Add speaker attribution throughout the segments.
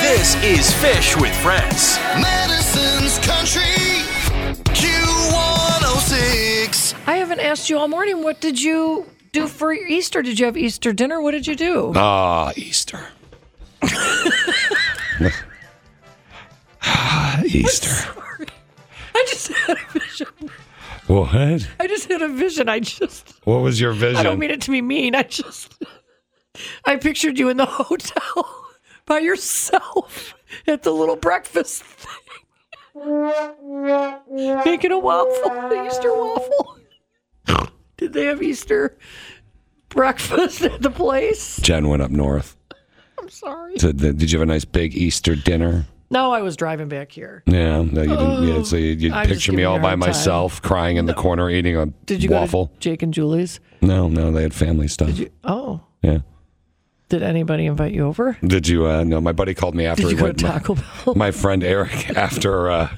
Speaker 1: This is Fish with Friends.
Speaker 2: Madison's Country Q106.
Speaker 3: I haven't asked you all morning. What did you do for Easter? Did you have Easter dinner? What did you do?
Speaker 4: Ah, Easter. Ah, Easter.
Speaker 3: Sorry. I just had a vision.
Speaker 4: What?
Speaker 3: I just had a vision. I just.
Speaker 4: What was your vision?
Speaker 3: I don't mean it to be mean. I just. I pictured you in the hotel by yourself at the little breakfast thing, making a waffle, an Easter waffle. Did they have Easter breakfast at the place?
Speaker 4: Jen went up north.
Speaker 3: I'm sorry.
Speaker 4: To the, did you have a nice big Easter dinner?
Speaker 3: No, I was driving back here.
Speaker 4: Yeah. No, you didn't. yeah, so you, you
Speaker 3: Oh, I was just
Speaker 4: picture me
Speaker 3: giving
Speaker 4: all
Speaker 3: you a
Speaker 4: by
Speaker 3: hard time.
Speaker 4: myself, crying in the corner, eating a
Speaker 3: Did you
Speaker 4: waffle.
Speaker 3: go to Jake and Julie's?
Speaker 4: No, no, they had family stuff.
Speaker 3: Oh,
Speaker 4: yeah.
Speaker 3: did anybody invite you over?
Speaker 4: Did you? Uh, no, my buddy called me after
Speaker 3: Did
Speaker 4: he
Speaker 3: you go to
Speaker 4: went.
Speaker 3: Taco Bell?
Speaker 4: my friend Eric, after uh,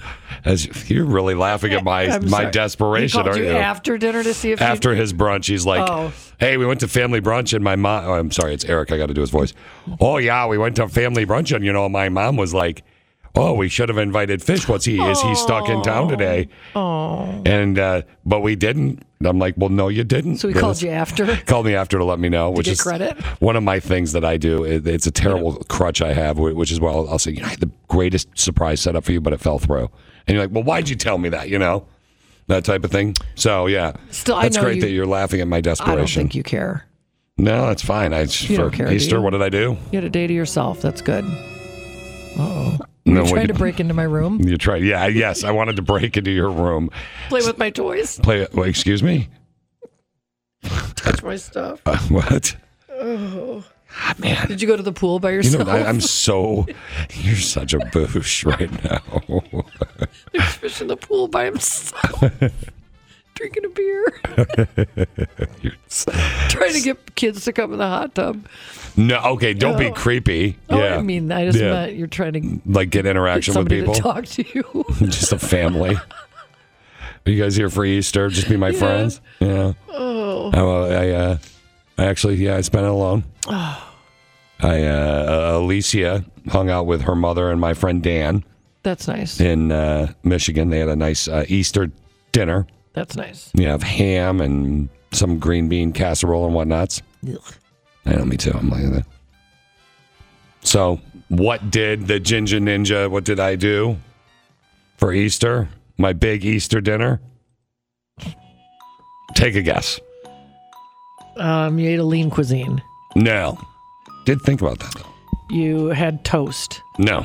Speaker 4: as you're really laughing at my
Speaker 3: I'm
Speaker 4: my
Speaker 3: sorry.
Speaker 4: desperation,
Speaker 3: he called
Speaker 4: aren't
Speaker 3: you,
Speaker 4: you?
Speaker 3: after dinner to see if
Speaker 4: after
Speaker 3: you,
Speaker 4: his brunch, he's like,
Speaker 3: Oh.
Speaker 4: "Hey, we went to family brunch, and my mom. Oh, I'm sorry, it's Eric. I got to do his voice. Oh yeah, we went to family brunch, and you know, my mom was like." Oh, we should have invited Fish. What's he? Is he stuck in town today? Oh, and uh, but we didn't. And I'm like, well, no, you didn't.
Speaker 3: so he
Speaker 4: Dennis."
Speaker 3: called you after.
Speaker 4: Called me after to let me know, which
Speaker 3: get
Speaker 4: is
Speaker 3: credit?
Speaker 4: one of my things that I do. It- It's a terrible crutch I have, wh- which is why I'll, I'll say, you know, I had the greatest surprise setup for you, but it fell through. And you're like, well, why'd you tell me that? You know, that type of thing. So yeah,
Speaker 3: Still, I
Speaker 4: that's
Speaker 3: know
Speaker 4: great
Speaker 3: you-
Speaker 4: that you're laughing at my
Speaker 3: I don't
Speaker 4: desperation.
Speaker 3: think you care.
Speaker 4: no, that's fine. I
Speaker 3: You
Speaker 4: for
Speaker 3: don't care, do
Speaker 4: Easter.
Speaker 3: you?
Speaker 4: What did I do?
Speaker 3: You had a day to yourself. That's good.
Speaker 4: No,
Speaker 3: Trying
Speaker 4: what
Speaker 3: to
Speaker 4: did-
Speaker 3: break into my room,
Speaker 4: You tried. Yeah, yes. I wanted to break into your room.
Speaker 3: play with my toys,
Speaker 4: Play. Well, excuse me.
Speaker 3: touch my stuff.
Speaker 4: Uh, what? Oh man.
Speaker 3: Did you go to the pool by
Speaker 4: You
Speaker 3: yourself?
Speaker 4: know, I, I'm so. You're such a boosh right now.
Speaker 3: There's fish in the pool by himself, drinking a beer, trying to get kids to come in the hot tub.
Speaker 4: No, okay, don't be creepy.
Speaker 3: Oh,
Speaker 4: yeah,
Speaker 3: I mean, I just
Speaker 4: Yeah.
Speaker 3: meant you're trying to
Speaker 4: like get
Speaker 3: get
Speaker 4: interaction with
Speaker 3: somebody
Speaker 4: people,
Speaker 3: to talk to you.
Speaker 4: just a family. Are you guys here for Easter? Just be my friends. Yeah. Oh. I, well, I, uh, I actually, yeah, I spent it alone.
Speaker 3: Oh.
Speaker 4: I uh, Alicia hung out with her mother and my friend Dan
Speaker 3: That's nice.
Speaker 4: in uh, Michigan. They had a nice uh, Easter dinner.
Speaker 3: That's nice.
Speaker 4: You have ham and some green bean casserole and whatnots. I know, me too. I'm like that. So, what did the Ginger Ninja? What did I do for Easter? My big Easter dinner. Take a guess.
Speaker 3: Um, you ate a lean cuisine.
Speaker 4: No, did think about that though.
Speaker 3: You had toast.
Speaker 4: No,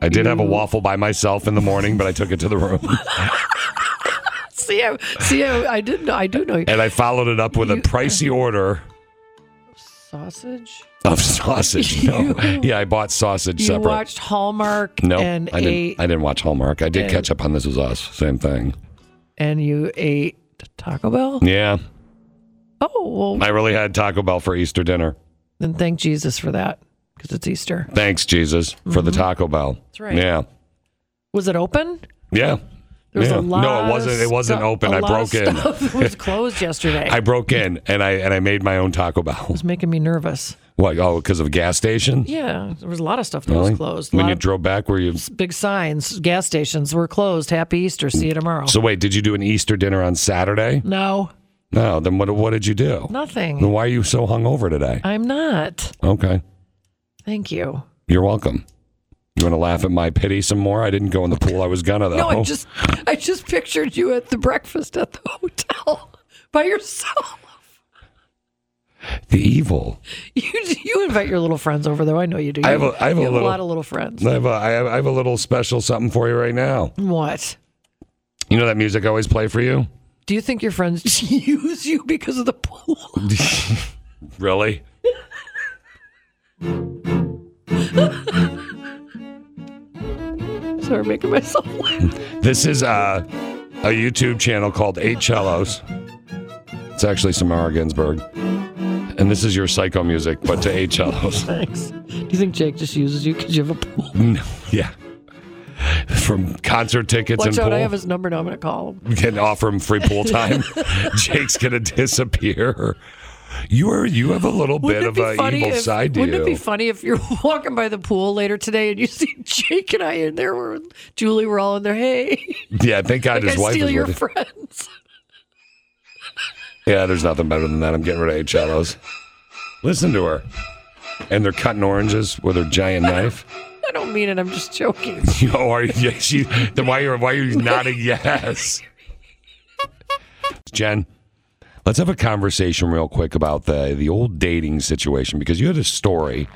Speaker 4: I did have a waffle by myself in the morning, but I took it to the room,
Speaker 3: See, I, see, I, I did know. I do know
Speaker 4: and I followed it up with a pricey order
Speaker 3: sausage.
Speaker 4: of sausage. No, yeah, I bought sausage
Speaker 3: You
Speaker 4: separate.
Speaker 3: watched Hallmark
Speaker 4: No,
Speaker 3: and
Speaker 4: I
Speaker 3: ate,
Speaker 4: didn't. I didn't watch Hallmark. I did
Speaker 3: and-
Speaker 4: catch up on This Was Us. Same thing.
Speaker 3: and you ate Taco Bell.
Speaker 4: Yeah,
Speaker 3: Oh well,
Speaker 4: I really had Taco Bell for Easter dinner.
Speaker 3: then thank Jesus for that because it's Easter.
Speaker 4: Thanks, Jesus, for the Taco Bell. That's
Speaker 3: Mm-hmm. right.
Speaker 4: Yeah,
Speaker 3: Was it open?
Speaker 4: yeah.
Speaker 3: There was
Speaker 4: yeah.
Speaker 3: a lot.
Speaker 4: no,
Speaker 3: of
Speaker 4: it wasn't. It wasn't
Speaker 3: stu-
Speaker 4: open.
Speaker 3: a
Speaker 4: I
Speaker 3: lot of
Speaker 4: broke in.
Speaker 3: stuff was closed yesterday.
Speaker 4: I broke in and I and I made my own Taco Bell.
Speaker 3: It's making me nervous.
Speaker 4: What? Oh, because of a gas station.
Speaker 3: Yeah, there was a lot of stuff that
Speaker 4: Really?
Speaker 3: was closed. A
Speaker 4: When
Speaker 3: lot
Speaker 4: you
Speaker 3: of
Speaker 4: drove back, were you?
Speaker 3: big signs, gas stations were closed. Happy Easter. See you tomorrow.
Speaker 4: So wait, did you do an Easter dinner on Saturday?
Speaker 3: no,
Speaker 4: No. Then what? What did you do? Then
Speaker 3: nothing.
Speaker 4: why are you so hungover today?
Speaker 3: I'm not.
Speaker 4: Okay,
Speaker 3: Thank you.
Speaker 4: you're welcome. You want to laugh at my pity some more? I didn't go in the pool. I was gonna though.
Speaker 3: No, I just I just pictured you at the breakfast at the hotel by yourself.
Speaker 4: the evil.
Speaker 3: You you invite your little friends over though. I know you do.
Speaker 4: I have a- I have
Speaker 3: you
Speaker 4: a
Speaker 3: have
Speaker 4: little-
Speaker 3: a lot of little friends.
Speaker 4: I have, a, I, have, I have a little special something for you right now.
Speaker 3: What?
Speaker 4: You know that music I always play for you?
Speaker 3: Do you think your friends use you because of the pool?
Speaker 4: Really?
Speaker 3: Sorry, I'm making myself laugh.
Speaker 4: This is uh, a YouTube channel called Eight Cellos. It's actually Samara Ginsburg. And this is your psycho music, but to eight cellos.
Speaker 3: Thanks. Do you think Jake just uses you because you have a pool?
Speaker 4: No, yeah. From concert tickets
Speaker 3: Watch
Speaker 4: and
Speaker 3: out!
Speaker 4: pool.
Speaker 3: I have his number now. I'm gonna call him.
Speaker 4: can offer him free pool time. Jake's gonna disappear. You are you have a little bit
Speaker 5: Wouldn't it
Speaker 4: of
Speaker 5: be
Speaker 4: a
Speaker 5: funny
Speaker 4: evil
Speaker 5: if,
Speaker 4: side to
Speaker 5: Wouldn't
Speaker 4: you.
Speaker 5: it be funny if you're walking by the pool later today and you see Jake and I in there? We're, Julie, we're all in there. Hey,
Speaker 4: yeah, thank God
Speaker 5: I
Speaker 4: his wife
Speaker 5: steal
Speaker 4: is
Speaker 5: your
Speaker 4: with you.
Speaker 5: friends.
Speaker 4: Yeah, there's nothing better than that. I'm getting rid of HLOs. Listen to her. And they're cutting oranges with her giant knife.
Speaker 5: I don't mean it. I'm just joking.
Speaker 4: You know, are you, she, then why are why are you nodding yes? Jen, let's have a conversation real quick about the the old dating situation because you had a story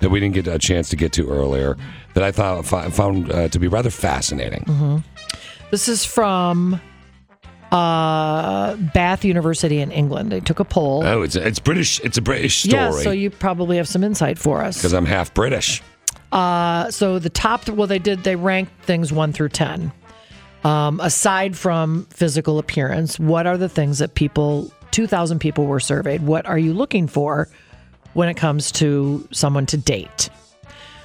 Speaker 4: that we didn't get a chance to get to earlier that I thought fi- found uh, to be rather fascinating.
Speaker 3: Mm-hmm. This is from uh, Bath University in England. They took a poll.
Speaker 4: Oh, it's it's British. It's a British
Speaker 3: Yeah, so
Speaker 4: story
Speaker 3: you probably have some insight for us.
Speaker 4: because I'm half British.
Speaker 3: Uh, so the top, well, they did, they ranked things one through 10. Um, aside from physical appearance, what are the things that people, 2,000 people were surveyed? What are you looking for when it comes to someone to date?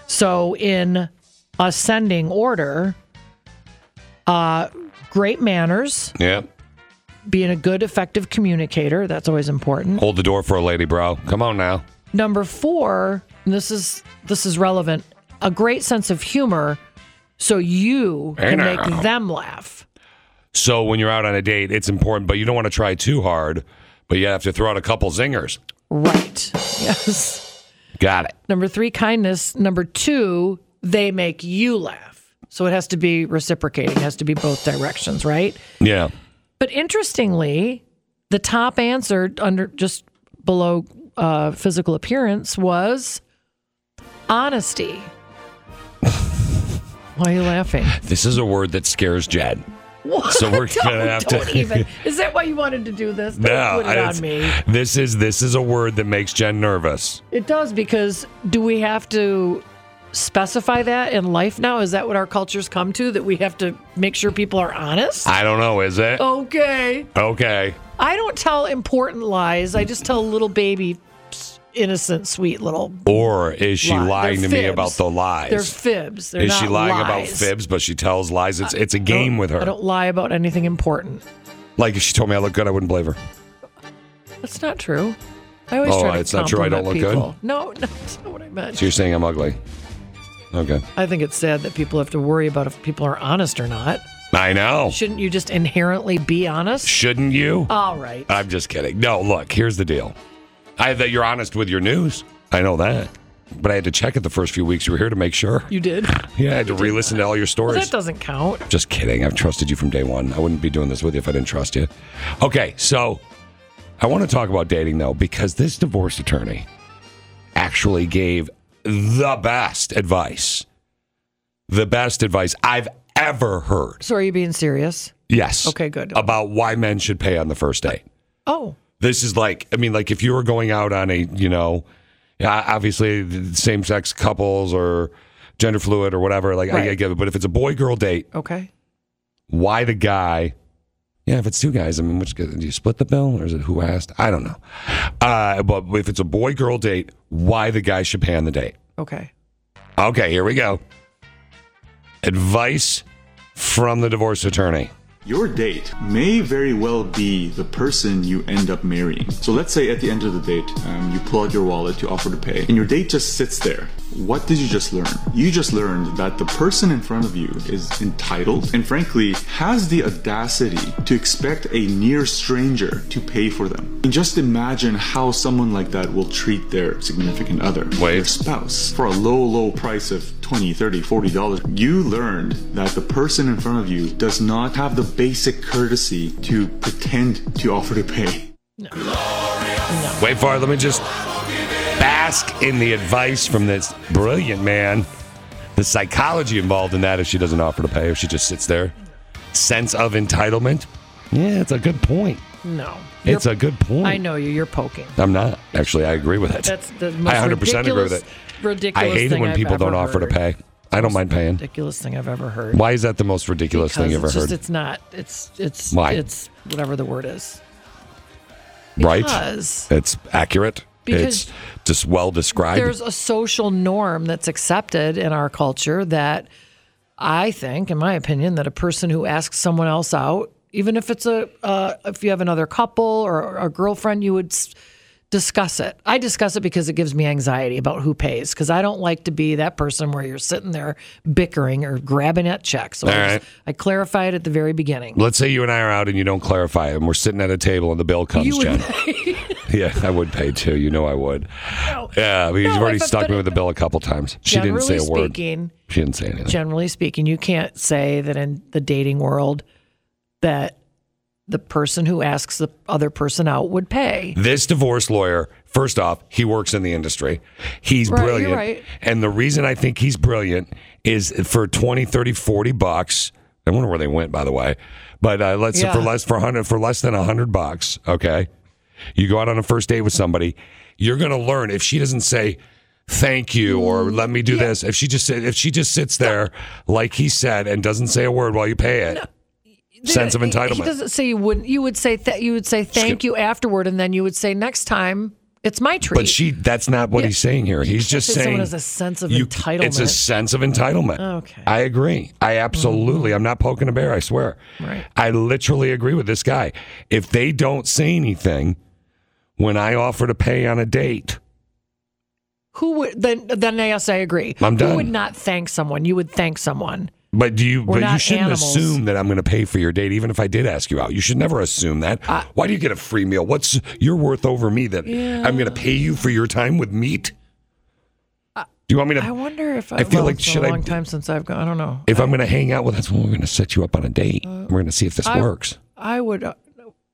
Speaker 3: So, in ascending order, uh, great manners,
Speaker 4: Yeah,
Speaker 3: being a good, effective communicator, that's always important.
Speaker 4: hold the door for a lady, bro. Come on now.
Speaker 3: Number four, and this is this is relevant. A great sense of humor, so you
Speaker 4: Hey
Speaker 3: can
Speaker 4: now.
Speaker 3: make them laugh.
Speaker 4: So when you're out on a date, it's important, but you don't want to try too hard. But you have to throw out a couple zingers.
Speaker 3: Right. Yes.
Speaker 4: Got it.
Speaker 3: Number three, kindness. Number two, they make you laugh. So it has to be reciprocating. It has to be both directions, right?
Speaker 4: Yeah.
Speaker 3: But interestingly, the top answer under just below uh, physical appearance was honesty. Why are you laughing?
Speaker 4: This is a word that scares Jed. So we're gonna
Speaker 3: don't,
Speaker 4: have
Speaker 3: don't
Speaker 4: to.
Speaker 3: even. Is that why you wanted to do this? Don't
Speaker 4: No,
Speaker 3: put it
Speaker 4: it's-
Speaker 3: on me.
Speaker 4: This is this is a word that makes Jen nervous.
Speaker 3: It does because do we have to specify that in life now? Is that what our culture's come to? That we have to make sure people are honest?
Speaker 4: I don't know, is
Speaker 3: Oh.
Speaker 4: it?
Speaker 3: Okay.
Speaker 4: Okay.
Speaker 3: I don't tell important lies. I just tell little baby, psst, innocent, sweet little.
Speaker 4: Or is she
Speaker 3: Lie. They're
Speaker 4: lying to me
Speaker 3: fibs.
Speaker 4: about the lies?
Speaker 3: They're fibs. They're
Speaker 4: is
Speaker 3: not
Speaker 4: she lying about
Speaker 3: lies.
Speaker 4: fibs? But she tells lies. It's it's a game with
Speaker 3: I
Speaker 4: her.
Speaker 3: don't lie about anything important.
Speaker 4: Like if she told me I look good, I wouldn't believe her.
Speaker 3: That's not true. I always
Speaker 4: Oh,
Speaker 3: try to
Speaker 4: it's not true I don't
Speaker 3: compliment
Speaker 4: look good?
Speaker 3: people. No, no, that's not what I meant.
Speaker 4: So you're saying I'm ugly? Okay.
Speaker 3: I think it's sad that people have to worry about if people are honest or not.
Speaker 4: I know.
Speaker 3: Shouldn't you just inherently be honest?
Speaker 4: Shouldn't you?
Speaker 3: All right.
Speaker 4: I'm just kidding. No, look, here's the deal. I that you're honest with your news. I know that. But I had to check it the first few weeks you were here to make sure.
Speaker 3: You did.
Speaker 4: Yeah, I had to re-listen to all your
Speaker 3: Well,
Speaker 4: stories.
Speaker 3: that doesn't count.
Speaker 4: Just kidding. I've trusted you from day one. I wouldn't be doing this with you if I didn't trust you. Okay, so I want to talk about dating though, because this divorce attorney actually gave the best advice. The best advice I've ever heard.
Speaker 3: So are you being serious?
Speaker 4: Yes.
Speaker 3: Okay, good.
Speaker 4: About why men should pay on the first date.
Speaker 3: Oh,
Speaker 4: This is like, I mean, like if you were going out on a, you know, uh, obviously same sex couples or gender fluid or whatever, like I, I
Speaker 3: Right.
Speaker 4: get it. But if it's a boy girl date,
Speaker 3: okay.
Speaker 4: why the guy yeah if it's two guys i mean which do you split the bill or is it who asked i don't know uh, but if it's a boy girl date why the guy should pay on the date
Speaker 3: Okay.
Speaker 4: okay here we go advice from the divorce attorney
Speaker 6: Your date may very well be the person you end up marrying. So let's say at the end of the date, um, you pull out your wallet to offer to pay, and your date just sits there. What did you just learn? You just learned that the person in front of you is entitled and frankly has the audacity to expect a near stranger to pay for them. And just imagine how someone like that will treat their significant other,
Speaker 4: Wait.
Speaker 6: their spouse, for a low, low price of 20, 30, 40 dollars. You learned that the person in front of you does not have the basic courtesy to pretend to offer to pay.
Speaker 4: wait for it let me just bask in the advice from this brilliant man the psychology involved in that if she doesn't offer to pay if she just sits there sense of entitlement yeah it's a good point
Speaker 3: No.
Speaker 4: it's a good point
Speaker 3: I know you. You're poking.
Speaker 4: I'm not. Actually, I agree with it.
Speaker 3: That's the most
Speaker 4: I 100% agree
Speaker 3: ridiculous,
Speaker 4: with it. I
Speaker 3: ridiculous
Speaker 4: hate it
Speaker 3: thing
Speaker 4: when
Speaker 3: I've
Speaker 4: people don't
Speaker 3: ever
Speaker 4: offer to
Speaker 3: heard.
Speaker 4: pay. I don't mind paying.
Speaker 3: Ridiculous thing I've ever heard.
Speaker 4: Why is that the most ridiculous
Speaker 3: Because
Speaker 4: thing you ever
Speaker 3: it's just,
Speaker 4: heard?
Speaker 3: It's not. It's it's
Speaker 4: Why?
Speaker 3: it's whatever the word is.
Speaker 4: Right?
Speaker 3: Because
Speaker 4: It's accurate.
Speaker 3: Because
Speaker 4: It's just well described.
Speaker 3: there's a social norm that's accepted in our culture that I think, in my opinion, that a person who asks someone else out, even if it's a uh, if you have another couple or a girlfriend, you would s- discuss it. I discuss it because it gives me anxiety about who pays because I don't like to be that person where you're sitting there bickering or grabbing at checks. So I,
Speaker 4: All
Speaker 3: just-
Speaker 4: right.
Speaker 3: I clarify it at the very beginning.
Speaker 4: Let's say you and I are out and you don't clarify, and we're sitting at a table and the bill comes,
Speaker 3: You
Speaker 4: Jen.
Speaker 3: would
Speaker 4: yeah, I would pay too. You know I would. yeah, because
Speaker 3: No,
Speaker 4: you've already
Speaker 3: but-
Speaker 4: stuck
Speaker 3: but-
Speaker 4: me with the bill a couple times. She didn't
Speaker 3: generally
Speaker 4: say a word.
Speaker 3: speaking,
Speaker 4: She didn't say anything.
Speaker 3: generally speaking, you can't say that in the dating world that the person who asks the other person out would pay.
Speaker 4: This divorce lawyer, first off, he works in the industry. He's
Speaker 3: Right, you're
Speaker 4: brilliant.
Speaker 3: right.
Speaker 4: And the reason I think he's brilliant is for 20, 30, 40 bucks. I wonder where they went, by the way. But uh, let's
Speaker 3: Yeah.
Speaker 4: for less for hundred for less than hundred bucks. Okay, you go out on a first date with somebody. You're going to learn if she doesn't say thank you or
Speaker 3: Mm,
Speaker 4: let me do this. If she just sit- if she just sits there like he said and doesn't say a word while you pay it, sense of
Speaker 3: He-
Speaker 4: entitlement.
Speaker 3: He doesn't say you wouldn't. You would say th- you would say thank you afterward, and then you would say next time it's my treat.
Speaker 4: But she, that's not what he's saying here. He's just
Speaker 3: say
Speaker 4: saying
Speaker 3: someone has a sense of
Speaker 4: It's a
Speaker 3: entitlement. Oh,
Speaker 4: sense of entitlement.
Speaker 3: Okay. Mm-hmm.
Speaker 4: I agree. I absolutely. I'm not poking a bear. I swear.
Speaker 3: Right.
Speaker 4: I literally agree with this guy. If they don't say anything when I offer to pay on a date,
Speaker 3: Who would then? Then yes, I agree.
Speaker 4: I'm
Speaker 3: Who
Speaker 4: done.
Speaker 3: would not thank someone? You would thank someone.
Speaker 4: but do you?
Speaker 3: We're
Speaker 4: but you
Speaker 3: not
Speaker 4: shouldn't
Speaker 3: animals.
Speaker 4: assume that I'm going to pay for your date, even if I did ask you out. You should never assume that. Why do you get a free meal? What's your worth over me that I'm going to pay you for your time with meat? do you want me to?
Speaker 3: I wonder if I,
Speaker 4: I feel
Speaker 3: well,
Speaker 4: like
Speaker 3: it's been
Speaker 4: should I-
Speaker 3: a long time since I've gone. I don't know.
Speaker 4: If I'm going to hang out with, that's when we're going to set you up on a date. we're going to see if this
Speaker 3: Uh, I-
Speaker 4: works.
Speaker 3: I would. Uh,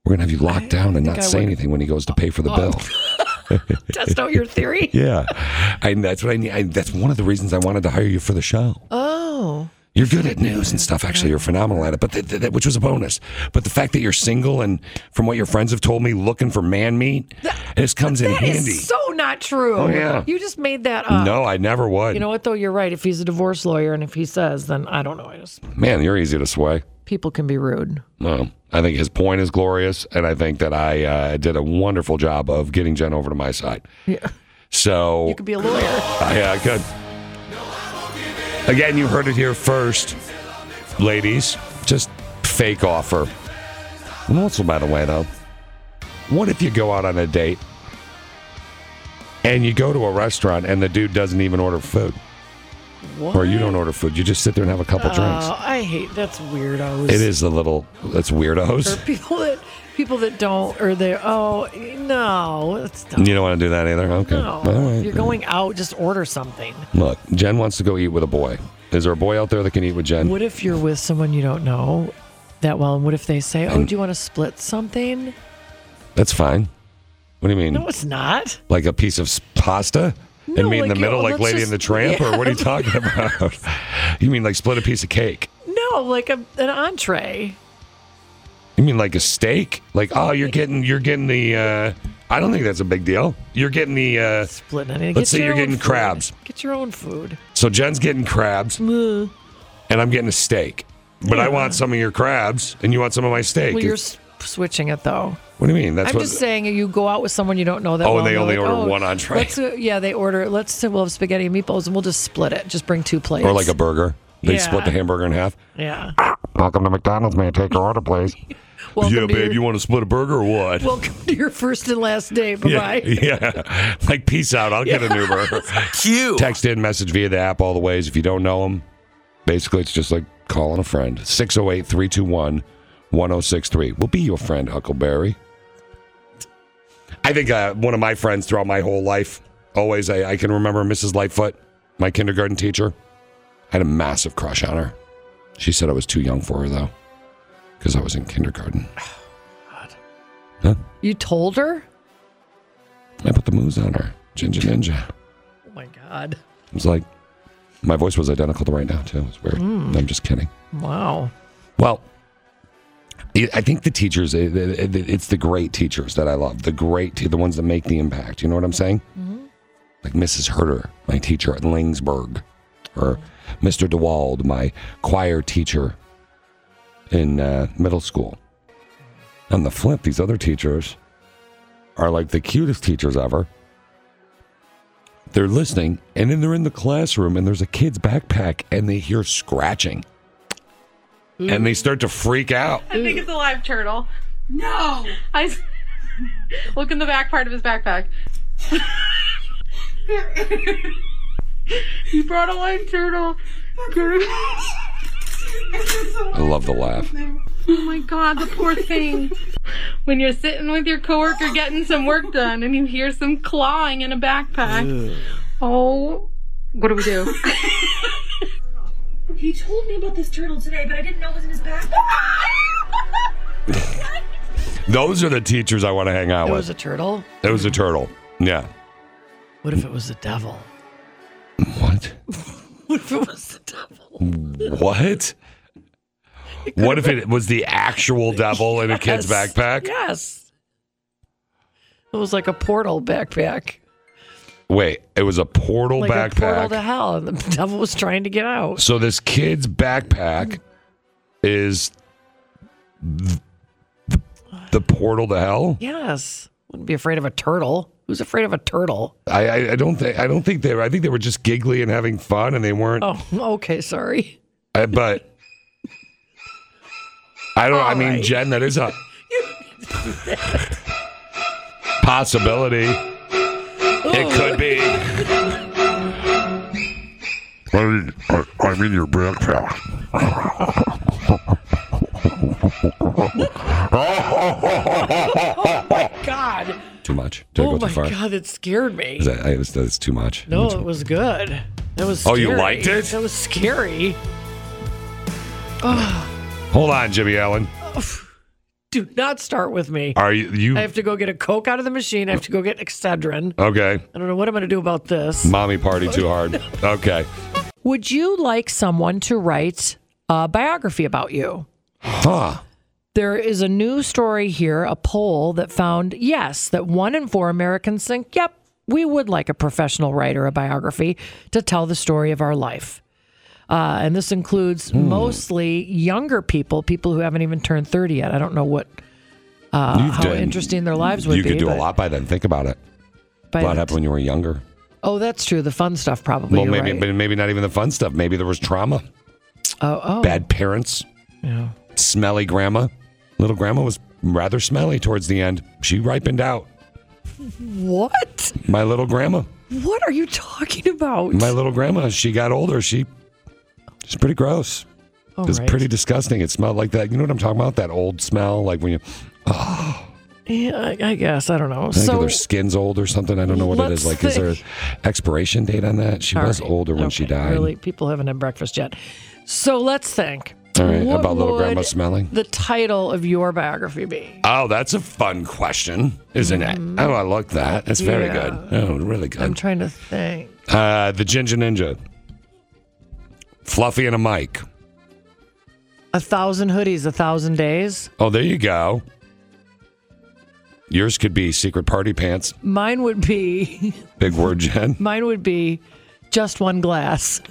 Speaker 4: We're going to have you locked down
Speaker 3: think
Speaker 4: and not
Speaker 3: I
Speaker 4: say
Speaker 3: would-
Speaker 4: anything when he goes to pay for the bill.
Speaker 3: test out your theory.
Speaker 4: yeah, and that's what I need. I, that's one of the reasons I wanted to hire you for the show.
Speaker 3: Oh,
Speaker 4: You're good at news and stuff. Actually, you're phenomenal at it. But th- th- that, which was a bonus. But the fact that you're single and, from what your friends have told me, looking for man meat, this comes in
Speaker 3: that is
Speaker 4: handy.
Speaker 3: so not true. Oh
Speaker 4: yeah.
Speaker 3: You just made that up.
Speaker 4: no, I never would.
Speaker 3: You know what though? You're right. If he's a divorce lawyer and if he says, then I don't know. I just
Speaker 4: Man, you're easy to sway.
Speaker 3: people can be rude.
Speaker 4: No, I think his point is glorious, and I think that I uh, did a wonderful job of getting Jen over to my side. Yeah. So
Speaker 3: You could be a lawyer.
Speaker 4: Oh, Yeah, I could. Again, you heard it here first, ladies. Just fake offer. And also, by the way, though, what if you go out on a date and you go to a restaurant and the dude doesn't even order food,
Speaker 3: What?
Speaker 4: or you don't order food? You just sit there and have a couple
Speaker 3: Oh, I hate that's weirdos.
Speaker 4: drinks. It is a little. That's
Speaker 3: Or
Speaker 4: weirdos.
Speaker 3: people that people that don't or they oh no, it's not,
Speaker 4: You don't want to do that either. Okay.
Speaker 3: no.
Speaker 4: All right.
Speaker 3: You're going out, just order something.
Speaker 4: Look, Jen wants to go eat with a boy. Is there a boy out there that can eat with Jen?
Speaker 3: What if you're with someone you don't know that well? And what if they say, "Oh, do you want to split something?"
Speaker 4: That's fine. What do you mean?
Speaker 3: No, it's not.
Speaker 4: like a piece of s- pasta
Speaker 3: No,
Speaker 4: and me in the
Speaker 3: like,
Speaker 4: middle,
Speaker 3: oh,
Speaker 4: like
Speaker 3: let's
Speaker 4: Lady
Speaker 3: just-
Speaker 4: in the Tramp, or what are you
Speaker 3: yeah.
Speaker 4: talking about? you mean like split a piece of cake?
Speaker 3: No, like a, an entree.
Speaker 4: You mean like a steak? Like oh, you're getting you're getting the. Uh, I don't think that's a big deal. You're getting the. Uh,
Speaker 3: Split. I mean,
Speaker 4: Let's
Speaker 3: get
Speaker 4: say
Speaker 3: your
Speaker 4: you're
Speaker 3: own
Speaker 4: getting
Speaker 3: food.
Speaker 4: crabs.
Speaker 3: Get your own food.
Speaker 4: so Jen's getting crabs, and I'm getting a steak. But I
Speaker 3: Yeah.
Speaker 4: want some of your crabs, and you want some of my steak.
Speaker 3: Well, you're s- switching it though.
Speaker 4: what do you mean? That's
Speaker 3: I'm
Speaker 4: what.
Speaker 3: just saying, you go out with someone you don't know that
Speaker 4: Oh,
Speaker 3: well.
Speaker 4: and they
Speaker 3: they're
Speaker 4: only
Speaker 3: like,
Speaker 4: order
Speaker 3: "Oh,
Speaker 4: one entree."
Speaker 3: let's, uh, yeah, they order. Let's say we'll have spaghetti and meatballs, and we'll just split it. Just bring two plates.
Speaker 4: or like a burger. They split
Speaker 3: Yeah.
Speaker 4: the hamburger in half.
Speaker 3: yeah.
Speaker 4: Welcome to McDonald's. May I take your order, please?
Speaker 3: Welcome
Speaker 4: yeah,
Speaker 3: to
Speaker 4: babe.
Speaker 3: your-
Speaker 4: You want to split a burger or what?
Speaker 3: Welcome to your first and last day. Bye
Speaker 4: Yeah,
Speaker 3: bye.
Speaker 4: yeah. Like, peace out. I'll get an Uber.
Speaker 1: Q.
Speaker 4: Text in, message via the app, all the ways. If you don't know them, basically, it's just like calling a friend. 608 321 1063. We'll be your friend, Huckleberry. I think uh, one of my friends throughout my whole life, always, I, I can remember Mrs. Lightfoot, my kindergarten teacher. I had a massive crush on her. She said I was too young for her, though, because I was in kindergarten.
Speaker 3: You told her?
Speaker 4: I put the moves on her. Ginger Ninja.
Speaker 3: Oh my God.
Speaker 4: It was like, my voice was identical to right now, too. It's weird. I'm just kidding.
Speaker 3: Wow.
Speaker 4: Well, I I think the teachers, it- it- it- it's the great teachers that I love, the great, te- the ones that make the impact. You know what I'm saying? Like Mrs. Herter, my teacher at Langsburg, or Mr. DeWald, my choir teacher in uh, middle school. On the flip, these other teachers are like the cutest teachers ever. They're listening, and then they're in the classroom, and there's a kid's backpack, and they hear scratching, and they start to freak out.
Speaker 7: I think it's a live turtle. No. I. s- Look in the back part of his backpack. he brought a live turtle.
Speaker 4: I love the laugh.
Speaker 7: Oh my god, the poor thing. When you're sitting with your coworker getting some work done and you hear some clawing in a backpack. Oh, what do we do?
Speaker 8: He told me about this turtle today, but I didn't know it was in his backpack.
Speaker 4: Those are the teachers I want to hang out
Speaker 3: It
Speaker 4: with.
Speaker 3: was a turtle.
Speaker 4: it was a turtle. Yeah.
Speaker 3: What if it was the devil?
Speaker 4: What?
Speaker 3: What if it was the devil?
Speaker 4: What? What if it was the actual devil in a kid's
Speaker 3: Yes.
Speaker 4: backpack?
Speaker 3: Yes. It was like a portal backpack.
Speaker 4: Wait, it was a portal
Speaker 3: Like
Speaker 4: backpack.
Speaker 3: a portal to hell, and the devil was trying to get out.
Speaker 4: So this kid's backpack is th- the portal to hell.
Speaker 3: Yes. Wouldn't be afraid of a turtle. Who's afraid of a turtle?
Speaker 4: I, I, I don't think I don't think they were. I think they were just giggly and having fun, and they weren't.
Speaker 3: Oh, okay, sorry.
Speaker 4: I- but I don't. I mean,
Speaker 3: right.
Speaker 4: Jen, that is a possibility. It could be.
Speaker 9: I mean, I, I'm in your backpack.
Speaker 3: God.
Speaker 4: Too much. Did I
Speaker 3: Oh
Speaker 4: go
Speaker 3: my
Speaker 4: too far?
Speaker 3: God, that scared me.
Speaker 4: Is that, I, that's, that's too much.
Speaker 3: no, it was good. That was
Speaker 4: Oh, you
Speaker 3: scary.
Speaker 4: liked it?
Speaker 3: That was scary.
Speaker 4: Hold on, Jimmy Allen.
Speaker 3: Do not start with me.
Speaker 4: Are you you
Speaker 3: I have to go get a Coke out of the machine. I have to go get Excedrin.
Speaker 4: okay?
Speaker 3: I don't know what I'm going to do about this.
Speaker 4: Mommy party too hard. Okay.
Speaker 3: Would you like someone to write a biography about you?
Speaker 4: Huh.
Speaker 3: There is a new story here, a poll that found yes, that one in four Americans think, yep, we would like a professional writer, a biography, to tell the story of our life. Uh, and this includes
Speaker 4: Hmm.
Speaker 3: mostly younger people, people who haven't even turned 30 yet. I don't know what uh,
Speaker 4: You've
Speaker 3: how interesting their lives would
Speaker 4: you
Speaker 3: be.
Speaker 4: could do a
Speaker 3: but
Speaker 4: lot by then. Think about it.
Speaker 3: by
Speaker 4: A lot
Speaker 3: the-
Speaker 4: happened when you were younger.
Speaker 3: Oh, that's true. The fun stuff, probably.
Speaker 4: well,
Speaker 3: you're
Speaker 4: maybe,
Speaker 3: right.
Speaker 4: but maybe not even the fun stuff. Maybe there was trauma,
Speaker 3: oh, oh,
Speaker 4: bad parents,
Speaker 3: yeah.
Speaker 4: smelly grandma. Little grandma was rather smelly towards the end. She ripened out.
Speaker 3: What?
Speaker 4: My little grandma.
Speaker 3: What are you talking about?
Speaker 4: My little grandma. She got older. She. She's pretty gross.
Speaker 3: All
Speaker 4: It was
Speaker 3: right.
Speaker 4: pretty disgusting. It smelled like that. You know what I'm talking about? That old smell, like when you
Speaker 3: Yeah, I, I guess I don't know.
Speaker 4: I think
Speaker 3: so
Speaker 4: their skin's old or something. I don't know what it is.
Speaker 3: Let's
Speaker 4: Like, is there
Speaker 3: think.
Speaker 4: an expiration date on that? She
Speaker 3: All
Speaker 4: was
Speaker 3: right.
Speaker 4: older when she
Speaker 3: Okay.
Speaker 4: died.
Speaker 3: Really, people haven't had breakfast yet. So let's think.
Speaker 4: All right,
Speaker 3: What
Speaker 4: about little
Speaker 3: would
Speaker 4: grandma smelling.
Speaker 3: The title of your biography be?
Speaker 4: Oh, that's a fun question, isn't it? Oh, I like that. That's very
Speaker 3: Mm-hmm. Yeah.
Speaker 4: good. Oh, really
Speaker 3: I'm
Speaker 4: good.
Speaker 3: trying to think.
Speaker 4: uh, the Ginger Ninja. Fluffy and a mic.
Speaker 3: A thousand hoodies, a thousand days.
Speaker 4: Oh, there you go. Yours could be Secret Party Pants.
Speaker 3: Mine would be.
Speaker 4: Big word, Jen.
Speaker 3: Mine would be. Just one glass.